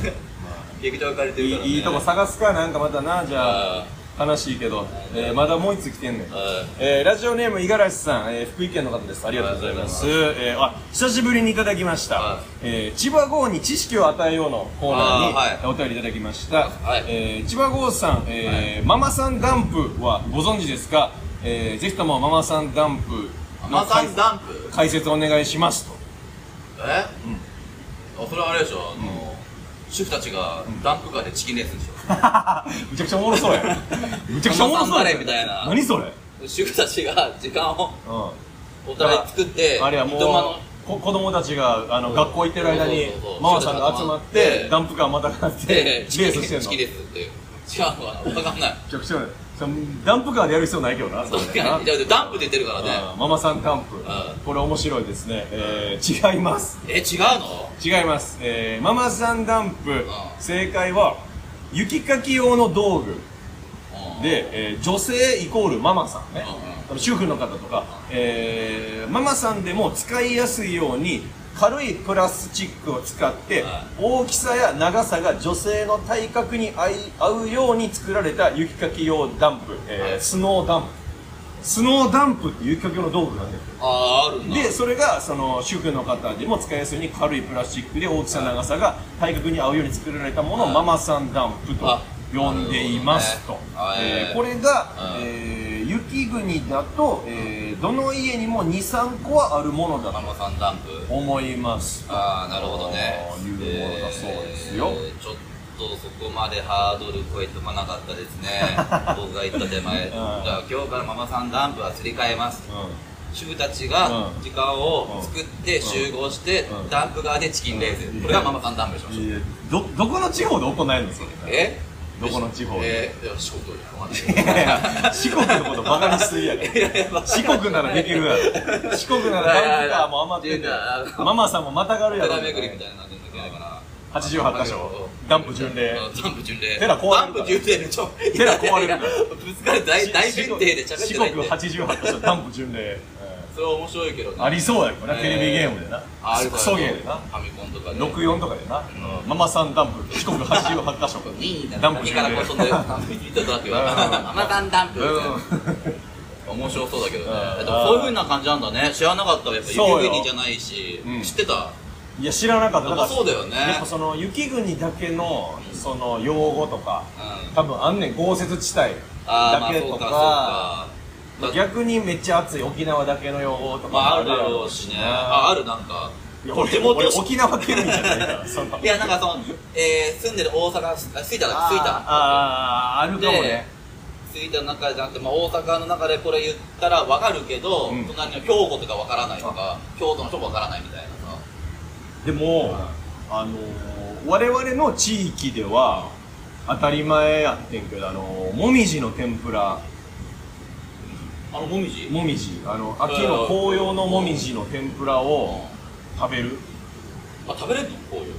S3: 劇場借りて
S2: い
S3: るから、ね、
S2: いいいとこ探すかなんかまたなじゃ
S3: あ
S2: あ悲しいけど、えーまだもう一つ来てんねん
S3: あ
S2: えーラジオネーム五十嵐さん、えー福井県の方ですありがとうございます
S3: あ
S2: えーあ久しぶりにいただきまし
S3: は
S2: た「えー千葉郷に知識を与えよう」のコーナーに
S3: あー
S2: お便りいただきました、
S3: はい
S2: えー千葉郷さん、えーママさんダンプ」はご存知ですか、えーぜひともママさんダンプの
S3: マサ
S2: 解
S3: ンダンプ
S2: 解説お願いしますと
S3: え、あそれはあれでしょあの、主婦たちがダンプカーでチキンレースでしょ、
S2: むちゃくちゃおもろそう やんむちゃくちゃおもろそうやん
S3: ママさんカレーみたいな
S2: 何それ、
S3: 主婦たちが時間を
S2: うん
S3: お互い作って
S2: あれはも
S3: 三
S2: う
S3: 笘の
S2: こ子供たちがあの学校行ってる間に
S3: そうそうそう
S2: ママさんが集まって
S3: で
S2: ダンプカーまたがってレー
S3: で
S2: ス
S3: チキンレー
S2: してん
S3: スチ
S2: の
S3: キンレースっていう違うわ分かん ない
S2: めちゃくちゃそのダンプカーでやる必要ないけどなそれ
S3: 確かにだってダンプ出てるからね
S2: あーママさんダンプ
S3: ん
S2: これ面白いですね、えー、違います
S3: え違うの
S2: 違います、えー、ママさんダンプ
S3: ん
S2: 正解は雪かき用の道具
S3: うん
S2: で、えー女性イコールママさんね
S3: うんうん、
S2: 多分主婦の方とか、えーママさんでも使いやすいように軽いプラスチックを使って
S3: はい
S2: 大きさや長さが女性の体格に合い合うように作られた雪かき用ダンプ、えー
S3: はい
S2: スノーダンプスノーダンプっていう雪かき用の道具なんです
S3: あーあるんだ
S2: でそれがその主婦の方でも使いやすいように軽いプラスチックで大きさ長さが体格に合うように作られたものを
S3: はい
S2: ママさんダンプと
S3: あ
S2: 呼んでいますと、
S3: なるほどね
S2: え
S3: は
S2: ー
S3: い
S2: これが、
S3: うん
S2: えー雪国だと、えーどの家にも23個はあるものだ
S3: マ
S2: と
S3: マさんダンプ
S2: 思います
S3: ああなるほどね
S2: あーいうものだそうですよ
S3: えーちょっとそこまでハードル超えてこなかったです ね僕が言った手前、
S2: うん
S3: じゃあ今日からママさんダンプはすり替えます
S2: う
S3: 主婦たちが
S2: うん
S3: 時間を作って集合して、
S2: うん
S3: ダンプ側でチキンレーゼ、
S2: うん
S3: これがママさんダンプにしましょ
S2: ん
S3: う、
S2: いやどどこの地方で行えるんですか
S3: え
S2: どこの地方で
S3: えーいや四国でわかんない
S2: いやいや 四国のことバカにしすぎやろ
S3: いやいやま あ
S2: 四国ならできるやろ四国ならバンクがもう余ってんだよママさんもまたがるやろ
S3: 寺巡りみたいな感じになってないかな
S2: 88箇所ダンプ巡礼
S3: うんダンプ巡礼
S2: 寺壊れるから
S3: ダンプ巡礼のちょ
S2: 寺壊れるから
S3: いやいやいやぶつかる大大前提で喋っ
S2: 四
S3: てない
S2: 国
S3: ん
S2: 四国
S3: で
S2: 88箇所ダンプ巡礼
S3: それは面白いけどね
S2: ありそうやこれ
S3: えー
S2: テレビゲームでな
S3: ある
S2: クソゲーでな
S3: ファミコンとかで
S2: 64とかでなママさんダンプ四国88箇所
S3: いいんだ
S2: ダンプ巡
S3: からこその
S2: 礼
S3: ダンプ聞いただけは
S2: うん
S3: ママさんダンプみたいな面白そうだけどねでもそういう風な感じなんだね知らなかったわやっぱ
S2: そうよ
S3: 雪国じゃないし
S2: うん
S3: 知ってた
S2: いや知らなかった
S3: やっぱそうだよね
S2: やっぱその雪国だけのその用語とか
S3: うん
S2: 多分あんねん豪雪地帯
S3: あーま
S2: だ
S3: あ
S2: け
S3: そう
S2: と
S3: かそう
S2: か
S3: かだ
S2: 逆にめっちゃ暑い沖縄だけの用語とか
S3: まあある
S2: や
S3: だろうしねああるなんか
S2: いや俺
S3: 手元
S2: 俺沖縄県民じゃないからそんない
S3: やなんかその、えー、住んでる大阪すあ吹田だ
S2: あー
S3: 吹田
S2: あーあるかもね
S3: 吹田の中じゃなくて、まあ、大阪の中でこれ言ったらわかるけど、
S2: うん
S3: 隣の兵庫とかわからないとか京都の人もわからないみたいなさ
S2: でもあのー我々の地域では当たり前やってんけどあのーもみじの天ぷら
S3: あのもみじ
S2: もみじあの秋の紅葉のもみじの天ぷらを食べる
S3: あ食べれるのこういう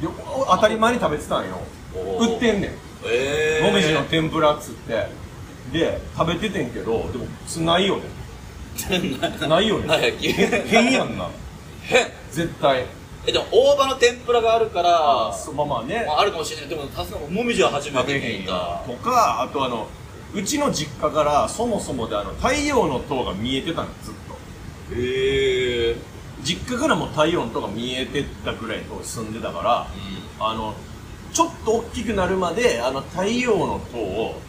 S2: でお当たり前に食べてたんよ
S3: おー
S2: 売ってんねん
S3: えー、
S2: もみじの天ぷらっつってで食べててんけどでもつないよねないよ
S3: ない
S2: ね
S3: よ
S2: 変やんな
S3: 変
S2: 絶対
S3: えでも大葉の天ぷらがあるから
S2: そまあまあね
S3: まあ、あるかもしれないでもさすがにもみじは初め
S2: 食
S3: て
S2: べへ
S3: 聞
S2: ん
S3: い
S2: よ
S3: た
S2: とかあとあのうちの実家からそもそもであの太陽の塔が見えてたのずっと
S3: へえー
S2: 実家からも太陽の塔が見えてたぐらいのとこに住んでたから
S3: う
S2: あのちょっと大きくなるまであの太陽の塔を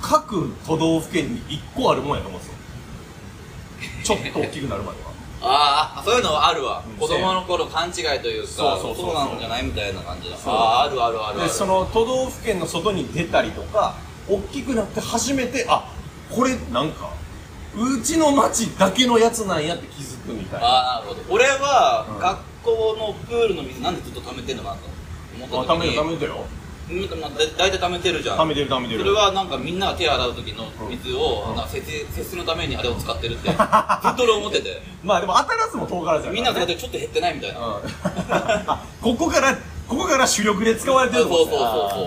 S2: 各都道府県に1個あるもんやと思うんですよちょっと大きくなるまでは
S3: あーあそういうのはあるわ、
S2: うん
S3: 子供の頃勘違いというか
S2: そうそうそうそう
S3: なんじゃないみたいな感じだ
S2: そう
S3: ああーあるあるある
S2: で
S3: ある
S2: その都道府県の外に出たりとか大きくなって初めてあこれなんかうちの町だけのやつなんやって気づくみたいな
S3: ああなるほど俺は、
S2: うん
S3: 学校のプールの水なんでずっと溜めてんのかなと思
S2: あ
S3: った
S2: た
S3: 時
S2: め
S3: に
S2: てためてよ
S3: なんかまあだ大体溜めてるじゃ
S2: た
S3: ん
S2: めてるためて
S3: そ
S2: る
S3: れはなんかみんなが手洗う時の水を、
S2: うん
S3: なんか節節水のためにあれを使ってる ってずっと俺思ってて
S2: まあでも当たらずも遠からずやからね
S3: みんな使ってるちょっと減ってないみたいな、
S2: うんあこ こからここから主力で使われて
S3: そう
S2: る
S3: そ
S2: も
S3: う
S2: ん
S3: そう
S2: あ
S3: そ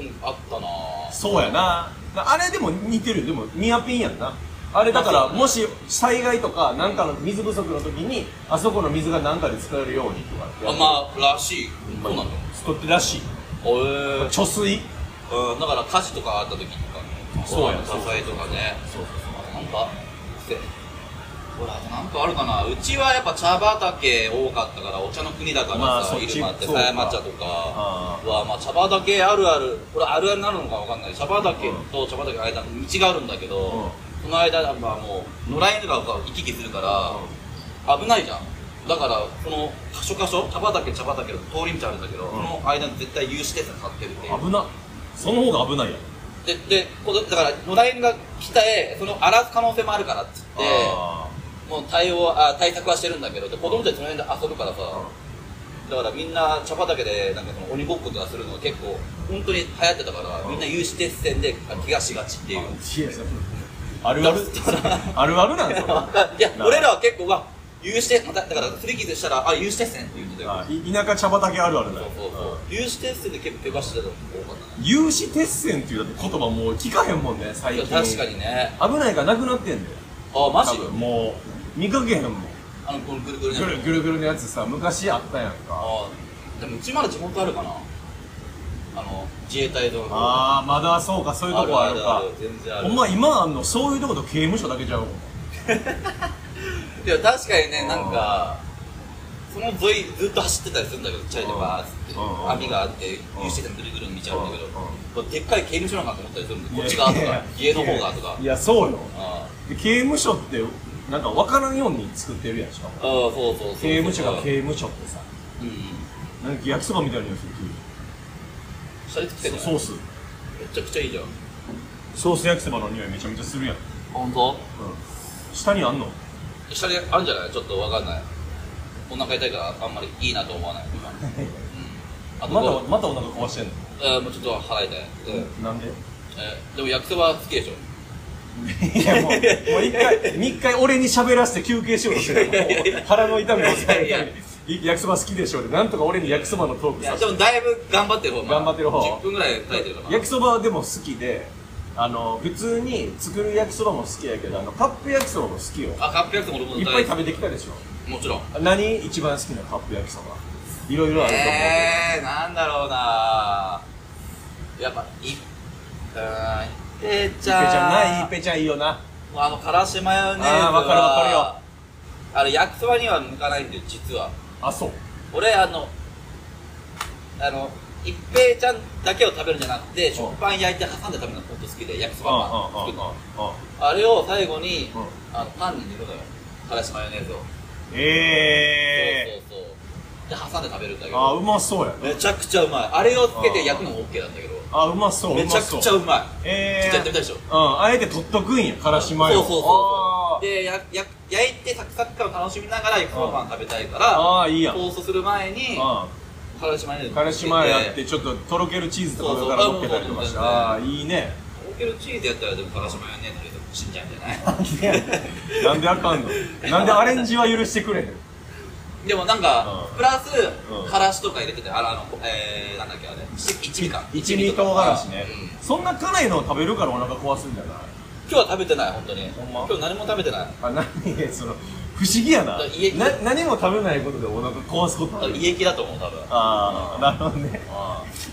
S3: う、うん、あったな
S2: ーそうやなあれでも似てるよでもニアピンやんなあれだからもし災害とかなんかの水不足の時にあそこの水が何かで使えるようにとかって
S3: あまあらしいそうなの
S2: 人ってらしい
S3: おえ
S2: 貯水
S3: うん、だから火事とかあった時とかね
S2: そうや
S3: 火災とかね
S2: そうそう
S3: なんかせほらなんかあるかなうちはやっぱ茶畑多かったからお茶の国だからさ、
S2: まあそっち
S3: 入間って
S2: そ
S3: 狭
S2: うか
S3: 山茶とか
S2: あ
S3: はまあ茶畑あるあるこれあるあるになるのかわかんない茶畑と茶畑の間に道があるんだけど、その間まあもう野良犬が行き来するから、危ないじゃんだからこの箇所箇所茶畑茶畑の通り道あるんだけど、
S2: ん
S3: この間に絶対有刺鉄が立ってるっていう
S2: 危なその方が危ないやん
S3: ででこのだから野良犬が北へその荒らす可能性もあるからっつって
S2: あ
S3: もう対応はあ対策はしてるんだけどで子供たちその辺で遊ぶからさ、
S2: ー
S3: だからみんな茶畑でなんかその鬼ごっことかするのが結構本当に流行ってたから、みんな有刺鉄線であ怪我しがち っていう、
S2: いやあるあ るあるあるなんですよ
S3: いや俺らは結構は有刺鉄まただからすり傷したらあ有刺鉄線って言うんだよ、
S2: 田舎茶畑あるあるだ
S3: そう
S2: よ
S3: そうそう有刺鉄線で結構怪我してたのが多かったね
S2: 有刺鉄線っていうだって言葉もう聞かへんもんね最
S3: いや
S2: 近
S3: 確かにね
S2: 危ないからなくなってんだよ
S3: あマジ
S2: 多分もう見かけへんもん
S3: あのこのぐるぐる
S2: ぐ
S3: のや
S2: る
S3: つ
S2: ぐるぐるのやつさ昔あったやんか
S3: あーでもうちまだ地元あるかなあの自衛隊の
S2: ああまだそうかそういうとこあるか
S3: 全然あ
S2: ほ
S3: る
S2: んま今あんのそういうとこと刑務所だけちゃうもん
S3: でも確かにね
S2: うん
S3: なんかその沿いずっと走ってたりするんだけどチャリとかつって
S2: うん
S3: 網があって
S2: ん
S3: 有識者のぐるぐるの道あるんだ
S2: うん
S3: けどでっかい刑務所なんかと思ったりするんでこっち側とか家の方がとか
S2: いやそうよ
S3: あ
S2: で刑務所ってなんか分からんように作ってるやんしかも
S3: ーあーそうそうそうそう
S2: 刑務所が刑務所ってさ
S3: うん
S2: なんか焼きそばみたいなやつ
S3: シャリ作って
S2: 食う
S3: るね
S2: ソース
S3: めちゃくちゃいいじゃん
S2: ソース焼きそばの匂いめちゃめちゃするやん、
S3: 本当
S2: 下にあんの
S3: 下にあるんじゃないちょっとわかんないお腹痛いからあんまりいいなと思わない今あと
S2: まだまだお腹壊してんの
S3: えーもうちょっと腹痛い、うん
S2: なんで
S3: えーでも焼きそば好きでしょ
S2: いやもうもう一回一回俺に喋らせて休憩しようとしてる腹の痛みを抑える
S3: いや
S2: た
S3: いや
S2: めに焼きそば好きでしょでなんとか俺に焼きそばのトーク
S3: い
S2: さ
S3: や
S2: せ
S3: でもだいぶ頑張ってる方まだ
S2: 頑張ってる方
S3: 10分ぐらい耐えてるか
S2: て
S3: ら
S2: 焼きそばはでも好きであの普通に作る焼きそばも好きやけどあのカップ焼きそばも好きよ
S3: あカップ焼きそば俺も
S2: いっぱい食べてきたでしょ
S3: べもちろん
S2: 何一番好きなカップ焼きそばいろいろあると思うけど、
S3: えー、なんだろうなやっぱいうんい
S2: いっ
S3: っぺちゃん
S2: ぺちゃんないいっぺちゃんいいよな
S3: もうあのからしマヨネーズ
S2: あーわかるわかるよ
S3: あれ焼きそばには向かないんだよ実は
S2: あそう
S3: 俺あのあの一平ちゃんだけを食べるんじゃなくて食パン焼いて挟んで食べるのが本当好きで焼きそばパン作るのあれを最後に、
S2: うん
S3: あのパンに塗るのよからしマヨネーズを
S2: ええ
S3: そうそうそうで挟んで食べるんだけ
S2: あ
S3: ど
S2: うまそうや
S3: めちゃくちゃうまいあれをつけて焼くのも OK なんだけど
S2: あうまそう
S3: めちゃくちゃ
S2: うまそう
S3: うまい
S2: え
S3: ちょ
S2: え
S3: っとやってみたいでしょ
S2: うんあえて取っとくんやからしマヨ
S3: そうそうそう
S2: あ
S3: そうでやや焼いてサクサク感を楽しみながら焼きそばパン食べたいか
S2: ー
S3: ら
S2: あーいいやん
S3: トーストする前に
S2: う
S3: からしマヨネーズ
S2: んからしマヨやってちょっととろけるチーズとか上から乗っけたりとかして
S3: そうそう
S2: ああいいね
S3: オーケルチーズやったらでもからしマヨネーズ入れても死んじゃうんじゃ
S2: な
S3: ない
S2: んであかんのなんでアレンジは許してくれへん
S3: でもなんか、
S2: うん
S3: プラス、
S2: うん
S3: からしとか入れてて、あら、あの、えー、なんだっけ、あれ、一味か。
S2: 一味唐辛子ね
S3: うん今
S2: そんな辛いのを食べるからお腹壊すんじゃない
S3: 日は食べてない、本当に。
S2: ほんま
S3: 今日何も食べてない。だ
S2: あ何 その不思議やな
S3: だ家
S2: な何も食べないことでお腹壊すことあ
S3: から
S2: る
S3: 胃液だと思う、多分。
S2: ああなるほどね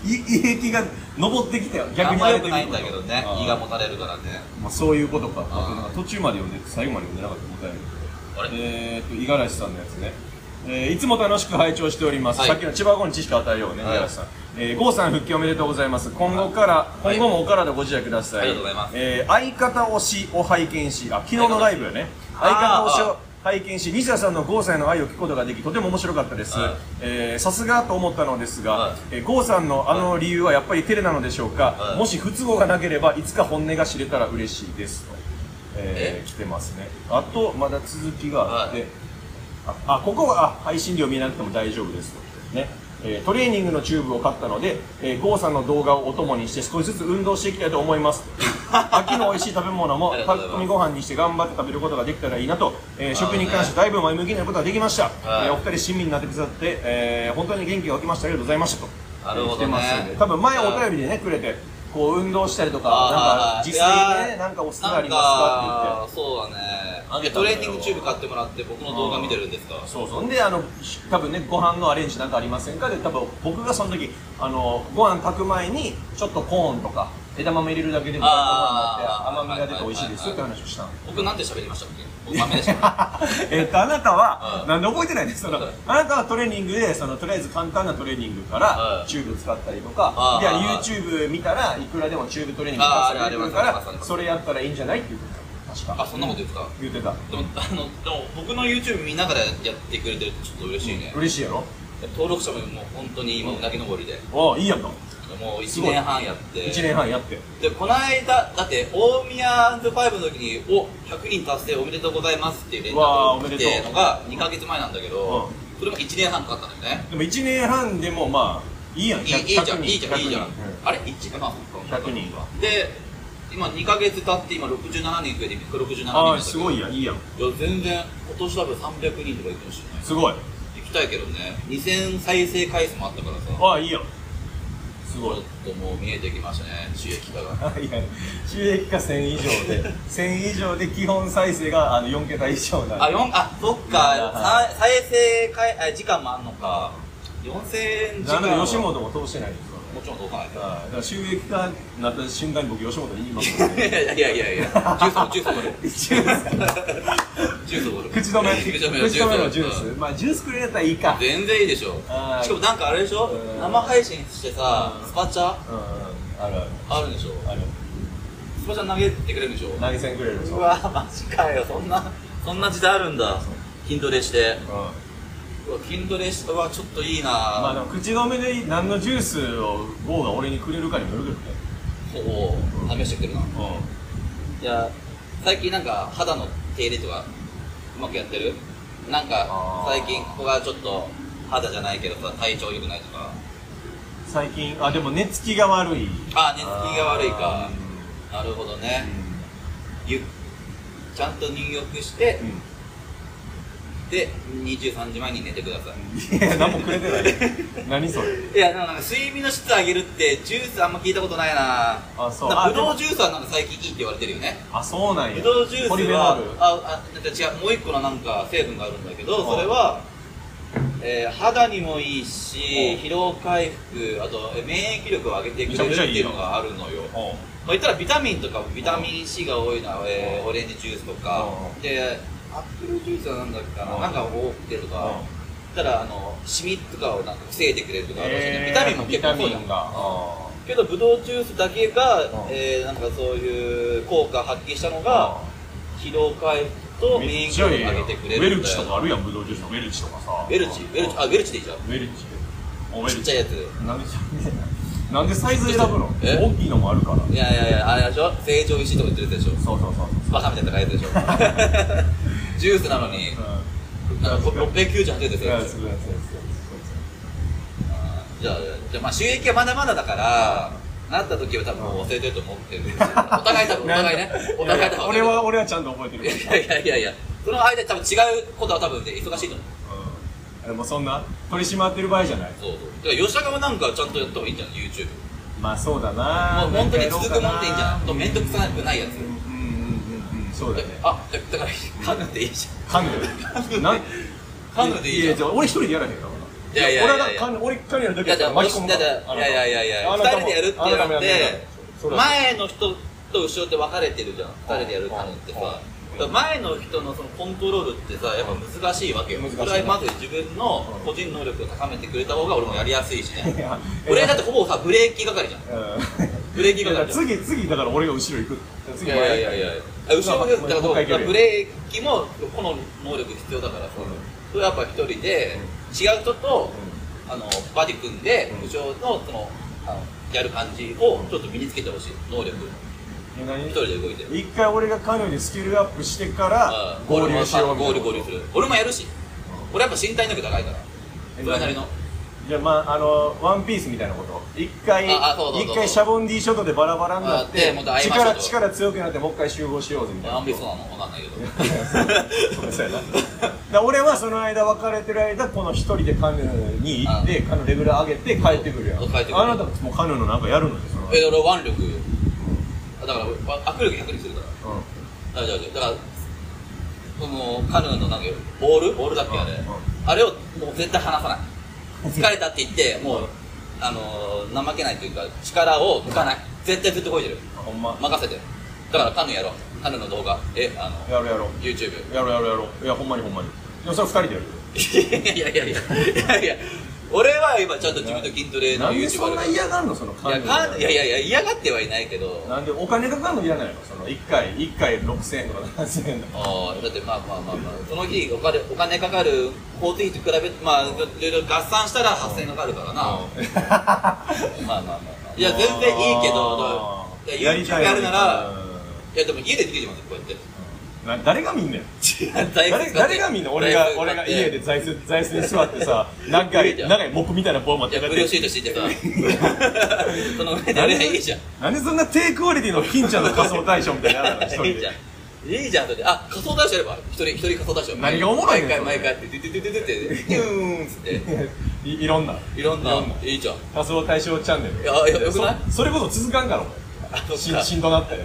S2: い胃液が上ってきたよ
S3: あ
S2: 逆
S3: ん
S2: に
S3: ま
S2: 上
S3: 良
S2: げてくる
S3: くないんだけどね
S2: あ、ー
S3: 胃がもたれるからね。
S2: まあ、そういうことか
S3: あー
S2: なんか途中まで読んでて最後まで読んでなかったみたい
S3: あれ、
S2: えー、と五十嵐さんのやつね、えーいつも楽しく拝聴しております、
S3: はい
S2: さっきの千葉郷に知識を与えようね五
S3: は
S2: 十
S3: い
S2: 嵐さん、えー、郷さん復帰おめでとうございます今後から、
S3: はい
S2: 今後もお体ご自愛ください
S3: ありがとうございます
S2: えー相方推しを拝見しあ昨日のライブよね相
S3: あ
S2: 方
S3: ー
S2: 推しを拝見し西田さんの郷さんへの愛を聞くことができとても面白かったです
S3: はい
S2: えーさすがと思ったのですが、
S3: はい
S2: えー、郷さんのあの理由はやっぱりテレなのでしょうか、
S3: はい
S2: もし不都合がなければいつか本音が知れたら嬉しいですと、えー来てますねあとまだ続きがあって、
S3: は
S2: ああここはあ配信料見なくても大丈夫ですとねえートレーニングのチューブを買ったので、えー、郷さんの動画をお供にして少しずつ運動していきたいと思います 秋の美味しい食べ物も
S3: ありがとうご
S2: 炊
S3: ざい
S2: き
S3: ます
S2: 込みご飯にして頑張って食べることができたらいいなと、えー食に関してだいぶ前向きになることができました、
S3: はい
S2: えーお二人親身になってくださって、えー本当に元気が起きましたありがとうございましたと
S3: なるほどね
S2: 来てますんで多分前お便りでねくれてこう運動したりとかなんか
S3: あー
S2: 実際に
S3: いや
S2: ね
S3: ー
S2: なんかおすすめありますかって言って
S3: なんかそうだね
S2: あげたんだよ
S3: いやトレーニングチューブ買ってもらって僕の動画見てるんですか
S2: そうそうであのし多分ねご飯のアレンジなんかありませんかで多分僕がその時あのご飯炊く前にちょっとコーンとか枝豆入れるだけでもご飯に
S3: あー
S2: なって甘みが出て美味しいですよって話をしたの
S3: 僕なんで喋りましたっけ僕豆でした
S2: えっとあなたは
S3: うん
S2: なんで覚えてないんですその
S3: うん
S2: あなたはトレーニングでそのとりあえず簡単なトレーニングから
S3: うん
S2: チューブ使ったりとか
S3: あー
S2: いや YouTube 見たらいくらでもチューブトレーニングが出てくるか
S3: あーあれあれあれあ
S2: ら
S3: れ
S2: それやったらいいんじゃないって言ってた確
S3: あ
S2: か
S3: そんなこと言ってた
S2: 言ってた
S3: でもあのでも僕の YouTube 見ながらやってくれてるってちょっと嬉しいね、
S2: 嬉しいやろ
S3: 登録者ももう本当に今うなぎ登りで
S2: ああいいやんか
S3: もう1年半やって
S2: 1年半やって
S3: でこの間だって大宮ファイブの時に「お100人達成おめでとうございます」っていう連絡
S2: わあお
S3: を
S2: めで
S3: 来
S2: とう
S3: てのが2か月前なんだけど、それも1年半かかったんだよね
S2: でも1年半でもまあいいやん
S3: いいいいじゃんいいじゃんいいじゃん、
S2: 100
S3: あれ1まあそうか
S2: 100人は
S3: で今2か月経って今67人増えて167人
S2: ああすごい
S3: や
S2: やんいいやん
S3: いや全然今年多分300人とかいくかもしれない
S2: すごい
S3: 行きたいけどね2000再生回数もあったからさ
S2: ああいいやんすごい
S3: ちょっともう見えてきましたね収益化が
S2: いや収益化1000以上で1000以上で基本再生があの4桁以上なんで
S3: あ四あそっかさ再生回あ時間もあんのか4000時
S2: な
S3: 間
S2: んで
S3: は
S2: 吉本も通してないんですよ
S3: もちろんどうかない
S2: ああだから収益化になった瞬間に僕吉本に言います
S3: いやいやいやいや、ジュースもジュースも
S2: 一応
S3: ジュースも
S2: 口止め
S3: 口
S2: 口
S3: 止め
S2: 止めのジュースまあジュースくれやったらいいかうん
S3: 全然いいでしょ
S2: あー
S3: しかもなんかあれでしょ
S2: うん
S3: 生配信してさ
S2: うん
S3: スパチャ
S2: あるある
S3: あるんでしょ
S2: ある
S3: スパチャ投げてくれるんでしょ
S2: 投げ銭くれるでしょ
S3: うわマジかよそんなそんな時代あるんだ筋トレして
S2: うん
S3: うわ筋トレしてうわちょっといいな
S2: まあでも口止めで何のジュースをゴーが俺にくれるかにもよるけどね
S3: ほぼ試してくれるな
S2: う
S3: いや最近なんか肌の手入れとかうまくやってるなんか
S2: あー
S3: 最近ここがちょっと肌じゃないけどさ体調良くないとか
S2: ん最近あでも寝つきが悪い
S3: あー寝つきが悪いか
S2: あ
S3: なるほど
S2: ー
S3: ねゆちゃんと入浴して
S2: うん
S3: で23時前に寝てください
S2: いや何もくれてない何それ
S3: いやでもなんか睡眠の質上げるってジュースあんま聞いたことないな
S2: あそう
S3: なんか
S2: あ
S3: ブドウジュースはなんか最近いいって言われてるよね
S2: あそうなんや
S3: ブドウジュース
S2: ポリフェ
S3: は
S2: ノール
S3: ああ違うもう一個のなんか成分があるんだけどそれは、えー肌にもいいし
S2: うん
S3: 疲労回復あとえー免疫力を上げてく
S2: めちゃ
S3: れ
S2: め
S3: るっ
S2: ちゃ
S3: て
S2: いい
S3: い
S2: や
S3: うんのがあるのよ
S2: お
S3: まあ、言ったらビタミンとかビタミン C が多いのは、えー
S2: うん
S3: オレンジジュースとか、
S2: うん
S3: でアップルジュースはなんだっけかな、
S2: うん
S3: なんか多くてとか、
S2: うん
S3: 言ったらあのシミとかをなんか防いでくれるとかあるらしいね
S2: えー
S3: ビタミンも結構そう
S2: ビ
S3: じ
S2: タ
S3: ゃ
S2: ミン
S3: ん
S2: があ
S3: けどブドウジュースだけが、
S2: ん
S3: えーなんかそういう効果発揮したの
S2: ー
S3: が、疲労回復と
S2: め
S3: 免
S2: っ
S3: 疫
S2: ちゃええやん
S3: 力を上
S2: ウ
S3: げてくれる
S2: ェルチとか
S3: ウ
S2: あるやんブドウジュースのウェルチとかさ
S3: ェルチウェルチあウェルチでいいじゃん
S2: ウェルチおウェル
S3: ち
S2: チ
S3: っちゃいやつ
S2: なんでなんでサイズ選ぶの
S3: え
S2: 大きいのもあるから
S3: いやいやいやあれでしょ成長石とか言ってるやつでしょ
S2: そうそうそう
S3: スパサみたいな高いやつでしょ ジュースなのになんか698円です
S2: そう
S3: よ
S2: やつやつや
S3: じゃあ、じゃあまあ収益はまだまだだから、なった時は多分もう忘れてると思ってる。お 互い多分、お互いね。お互い多分。
S2: 俺は俺はちゃんと覚えて
S3: い
S2: るから
S3: やいやいやいや、その間に多分違うことは多分ね、忙しいと思う。
S2: うんでもそんな取り締まってる場合じゃない
S3: そうそう。だから吉田側なんかはちゃんとやった方がいいんじゃない ?YouTube。
S2: まあそうだな
S3: もう本当に続くもんでいいんじゃないと
S2: う
S3: めんどくさくないやつ。
S2: うんうんうんうんそうだね
S3: あ、だだから、カヌーでいいじ
S2: カヌーなん
S3: カヌーでいいじゃん
S2: やや俺一人でやらへんから
S3: いやいやいやいや
S2: 俺がカヌー俺カヌーやる
S3: ゃん。
S2: 時
S3: いや、じゃあ、
S2: 巻き込む
S3: いやじゃあいやいやいやいや、二人でやるってやっ
S2: そ
S3: て、
S2: れ
S3: 前の人と後ろって分かれてるじゃん。二人でやるカヌーってさ。
S2: うん
S3: だから前の人のそのコントロールってさやっぱ難しいわけよ
S2: 難しい
S3: それはまず自分の個人能力を高めてくれた方が俺もやりやすいし
S2: い
S3: ね
S2: や
S3: 俺だってほぼさブレーキ係じゃんブレーキ
S2: だか
S3: 係
S2: ら
S3: じゃん
S2: 次次だから俺が後ろ行く
S3: い
S2: 次
S3: やいやいやいやあ後ろ
S2: まあ
S3: もだから
S2: もう一回いけるよ
S3: ブレーキもこの能力必要だからさそれはやっぱ一人で違う人とあのバディ組んで
S2: うん
S3: 後ろのそのあのやる感じをちょっと身につけてほしい能力
S2: いや
S3: 一
S2: 何
S3: 人で動いて
S2: 一回俺がカヌーにスキルアップしてから
S3: うん
S2: 合流しようみた
S3: 合
S2: いな
S3: 流合流する俺もやるし俺やっぱ身体能力高いからそれなりの
S2: じゃあまああのワンピースみたいなこと一回
S3: ああそうそうそう
S2: 一回シャボンディショットでバラバラになっ
S3: あで
S2: て
S3: また会いましょう
S2: 力力強くなってもう一回集合しようぜみたいな
S3: あんまりそうなの分かんないけど
S2: そうそうやなだから俺はその間別れてる間この一人でカヌーに行ってカヌーレベル上げて帰ってくるやん
S3: そう帰ってくる
S2: あなたもカヌーのなんかやるのよその
S3: え俺腕力だから握力100にするから
S2: うん
S3: 大丈夫大丈夫だからそのカヌーのなんかボールボールだっけあれ、
S2: うんうん
S3: あれをもう絶対離さない疲れたって言ってもうあのー怠けないというか力を抜かない絶対ずっと動いてる
S2: ほんま
S3: 任せてだからカヌーやろうカヌーの動画えあの
S2: やろうやろう
S3: YouTube
S2: やろうやろうやろういやほんまにほんまにでもそれ二人でやる
S3: いやいやいやいやいやいや俺は今ちゃんと自分の筋トレの
S2: なん
S3: YouTuber
S2: でそんな嫌がるのその
S3: い
S2: カ
S3: や
S2: ヌ
S3: か
S2: ー
S3: んいやいやいや嫌がってはいないけど
S2: なんでお金かかるの嫌なのその一回一回6000円とか7000円とか
S3: あーだってまあまあまあまあその日お金お金かかる交通費と比べてまあいろいろ合算したら8000円かかるからな まあまあまあまあいや全然いいけど
S2: あー
S3: いや YouTube やるなら
S2: う
S3: いやでも家でできるじゃんこうやって
S2: んな誰が見んねん
S3: 誰
S2: 誰誰が見んの俺が俺が家で座椅子座椅子に座って さなんか
S3: いいじゃん
S2: 長いモップみたいな棒持っ
S3: い
S2: て
S3: や
S2: こう
S3: ブ
S2: や
S3: ル
S2: っ
S3: ーシ
S2: て
S3: ート敷いてさその上で俺はいいじゃん
S2: なんでそんな低クオリティの金ちゃんの仮装大賞みたいなのやらな一人
S3: いいじゃ
S2: で
S3: んいいじゃん、とで、あ、仮装大賞やれば、一人、一人仮装大賞。
S2: 何がおもろいねん
S3: 毎回、毎回って、ででででででで、でーんっつって、
S2: いいろんない
S3: ろんな
S2: ろんな、
S3: いいじゃん。
S2: 仮想対象チャンネル
S3: いやいやよくない
S2: そそれこそ続かんから
S3: あ
S2: お前し
S3: そっか
S2: しんどなって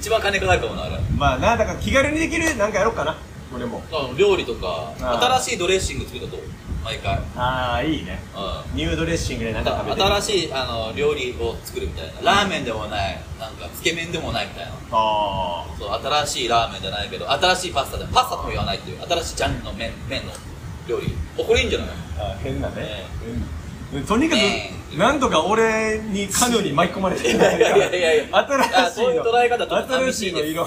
S3: 一番金かかるかもな、あれ。
S2: まあなだから気軽にできるなんかやろうかな俺も
S3: あの料理とか、
S2: ああ
S3: 新しいドレッシング作ると、毎回。うん。
S2: ああいいねニュードレッシングでなんか食べて
S3: 新しいあの料理を作るみたいな。ラーメンでもない、なんか、つけ麺でもないみたいな。
S2: ああ
S3: そう新しいラーメンじゃないけど新しいパスタでパスタとも言わないっていう新しいジャンルの麺麺の料理おこれいいんじゃない
S2: あ変だね
S3: ね、
S2: うん、とにか
S3: ね
S2: くなんとか俺にカヌーに巻き込まれてるから
S3: いやいやいやいや
S2: 新しい
S3: そういう捉え方ちょっと
S2: の新
S3: 寂
S2: し
S3: し
S2: い
S3: い
S2: の
S3: です
S2: 色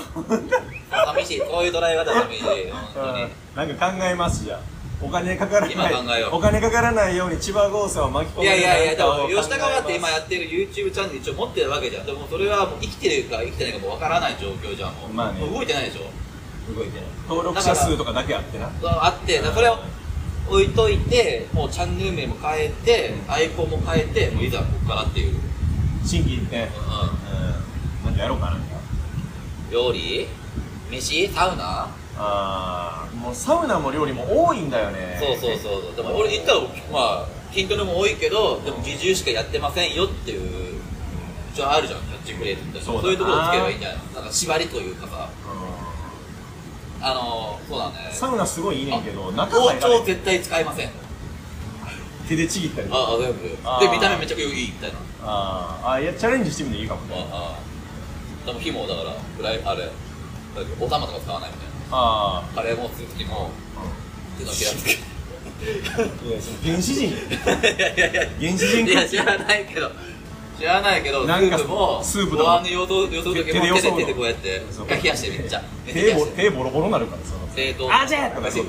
S3: 寂しいこういう捉え方は寂しい本当に
S2: うんなんか考えますじゃあお金かから
S3: 今
S2: ない
S3: 考えよう
S2: お金かからないように千葉豪さんを巻き込ま
S3: いや
S2: れ
S3: いやいやでも吉
S2: 田
S3: 高川って今やってる YouTube チャンネル一応持ってるわけじゃんでもそれはもう生きてるか生きてないかもわからない状況じゃんもう,、
S2: まあね
S3: 動いてないでしょ
S2: 動いて登録者数とかだけあってな
S3: そうあってだからそれを置いといてもうチャンネル名も変えてアイコンも変えてもういざここからっていう、うん、
S2: 新規ってなんかやろうかな
S3: 料理飯サウナ
S2: あーもうサウナも料理も多いんだよね
S3: そうそうそうそうでも俺言ったらまあ筋トレも多いけどでも自重しかやってませんよっていうじゃああるじゃんキャッチフレーズみたいな
S2: そうだ
S3: そう
S2: な
S3: いうところをつければいいんじゃないのなんか縛りというかさあのそうだ
S2: うん
S3: ね
S2: サウナすごいいいねんけど中
S3: 包
S2: 入られて
S3: 丁絶対使いません
S2: 手でちぎったりあ
S3: ああ全部
S2: あ
S3: で見た目めちゃくちゃいいみたい
S2: ー
S3: な
S2: あいやチャレンジしてみていいかもね
S3: ああでも火もだからフライあれだけどお玉とか使わないみたい
S2: あ
S3: なカレーもする時も手のひらつけ
S2: あいやその原始人
S3: いやいやいや
S2: 原始人
S3: いや知らないけど知らないけど
S2: なんか
S3: スープも
S2: スープと
S3: ご
S2: か
S3: 飯の予想予想だけ
S2: 手で
S3: も
S2: 予
S3: 手
S2: 想
S3: で
S2: の
S3: 手でこうやって
S2: そう
S3: 一回冷やしてめっちゃ
S2: 手ぼ
S3: 冷
S2: 手ボロボロなるからさ
S3: やして
S2: あじゃあとか
S3: そ
S2: そう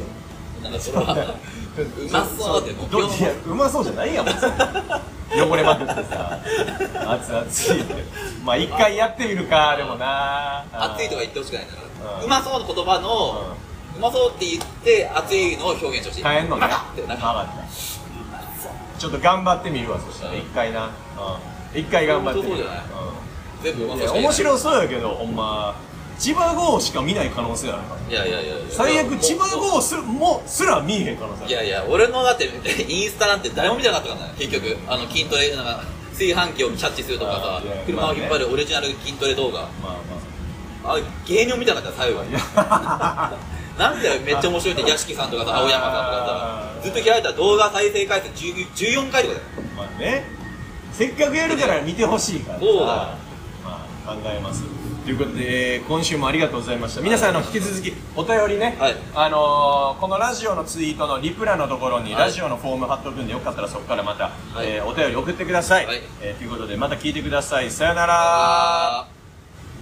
S3: うなんかそれはうまそうでも
S2: どいやうまそうじゃないやもんそれ汚れまくって さ熱々ってまあ一回やってみるかでもな
S3: 熱いとか言ってほしくないんだから
S2: うん
S3: うまそうの言葉のうまそうって言って熱いのを表現してほしい
S2: 変えんのね
S3: バカって
S2: 分か
S3: な
S2: っ
S3: んか
S2: たちょっと頑張ってみるわそしたら一回なうん一回頑張ってみる
S3: そうじゃない全部う
S2: う
S3: ま
S2: んい
S3: そう
S2: や
S3: しか
S2: 面
S3: い
S2: 白そうやけどほんま千葉号しか見ない可能性あるから
S3: いやいやいやいや
S2: 最
S3: も
S2: 悪
S3: う
S2: 千葉号すもすら見えへん可能性ある
S3: いやいや、俺のだって、インスタなんて誰も見てなかったからね、結局。あの、筋トレ、なんか、炊飯器をキャッチするとか
S2: あ
S3: さ
S2: ーいやいや、
S3: 車を引っ張るオリジナル筋トレ動画。
S2: まあまあ
S3: あれ、芸人を見たかった、最後に。なんでめっちゃ面白いって、屋敷さんとかさ、青山さんとか
S2: あー
S3: さ、ずっと開いたら動画再生回数10 14回とかだよ。
S2: まあね、せっかくやるから見てほしいからさ
S3: そうだ
S2: まあ、考えます。ということで、えー今週もありがとうございました。皆さん、あの引き続きお便りね、
S3: はい
S2: あのーこのラジオのツイートのリプラのところに、
S3: はい
S2: ラジオのフォーム貼っとくんで、よかったらそこからまた、
S3: はい
S2: えーお便り送ってください。
S3: はい
S2: えーということで、また聞いてください。さよなら。
S3: あー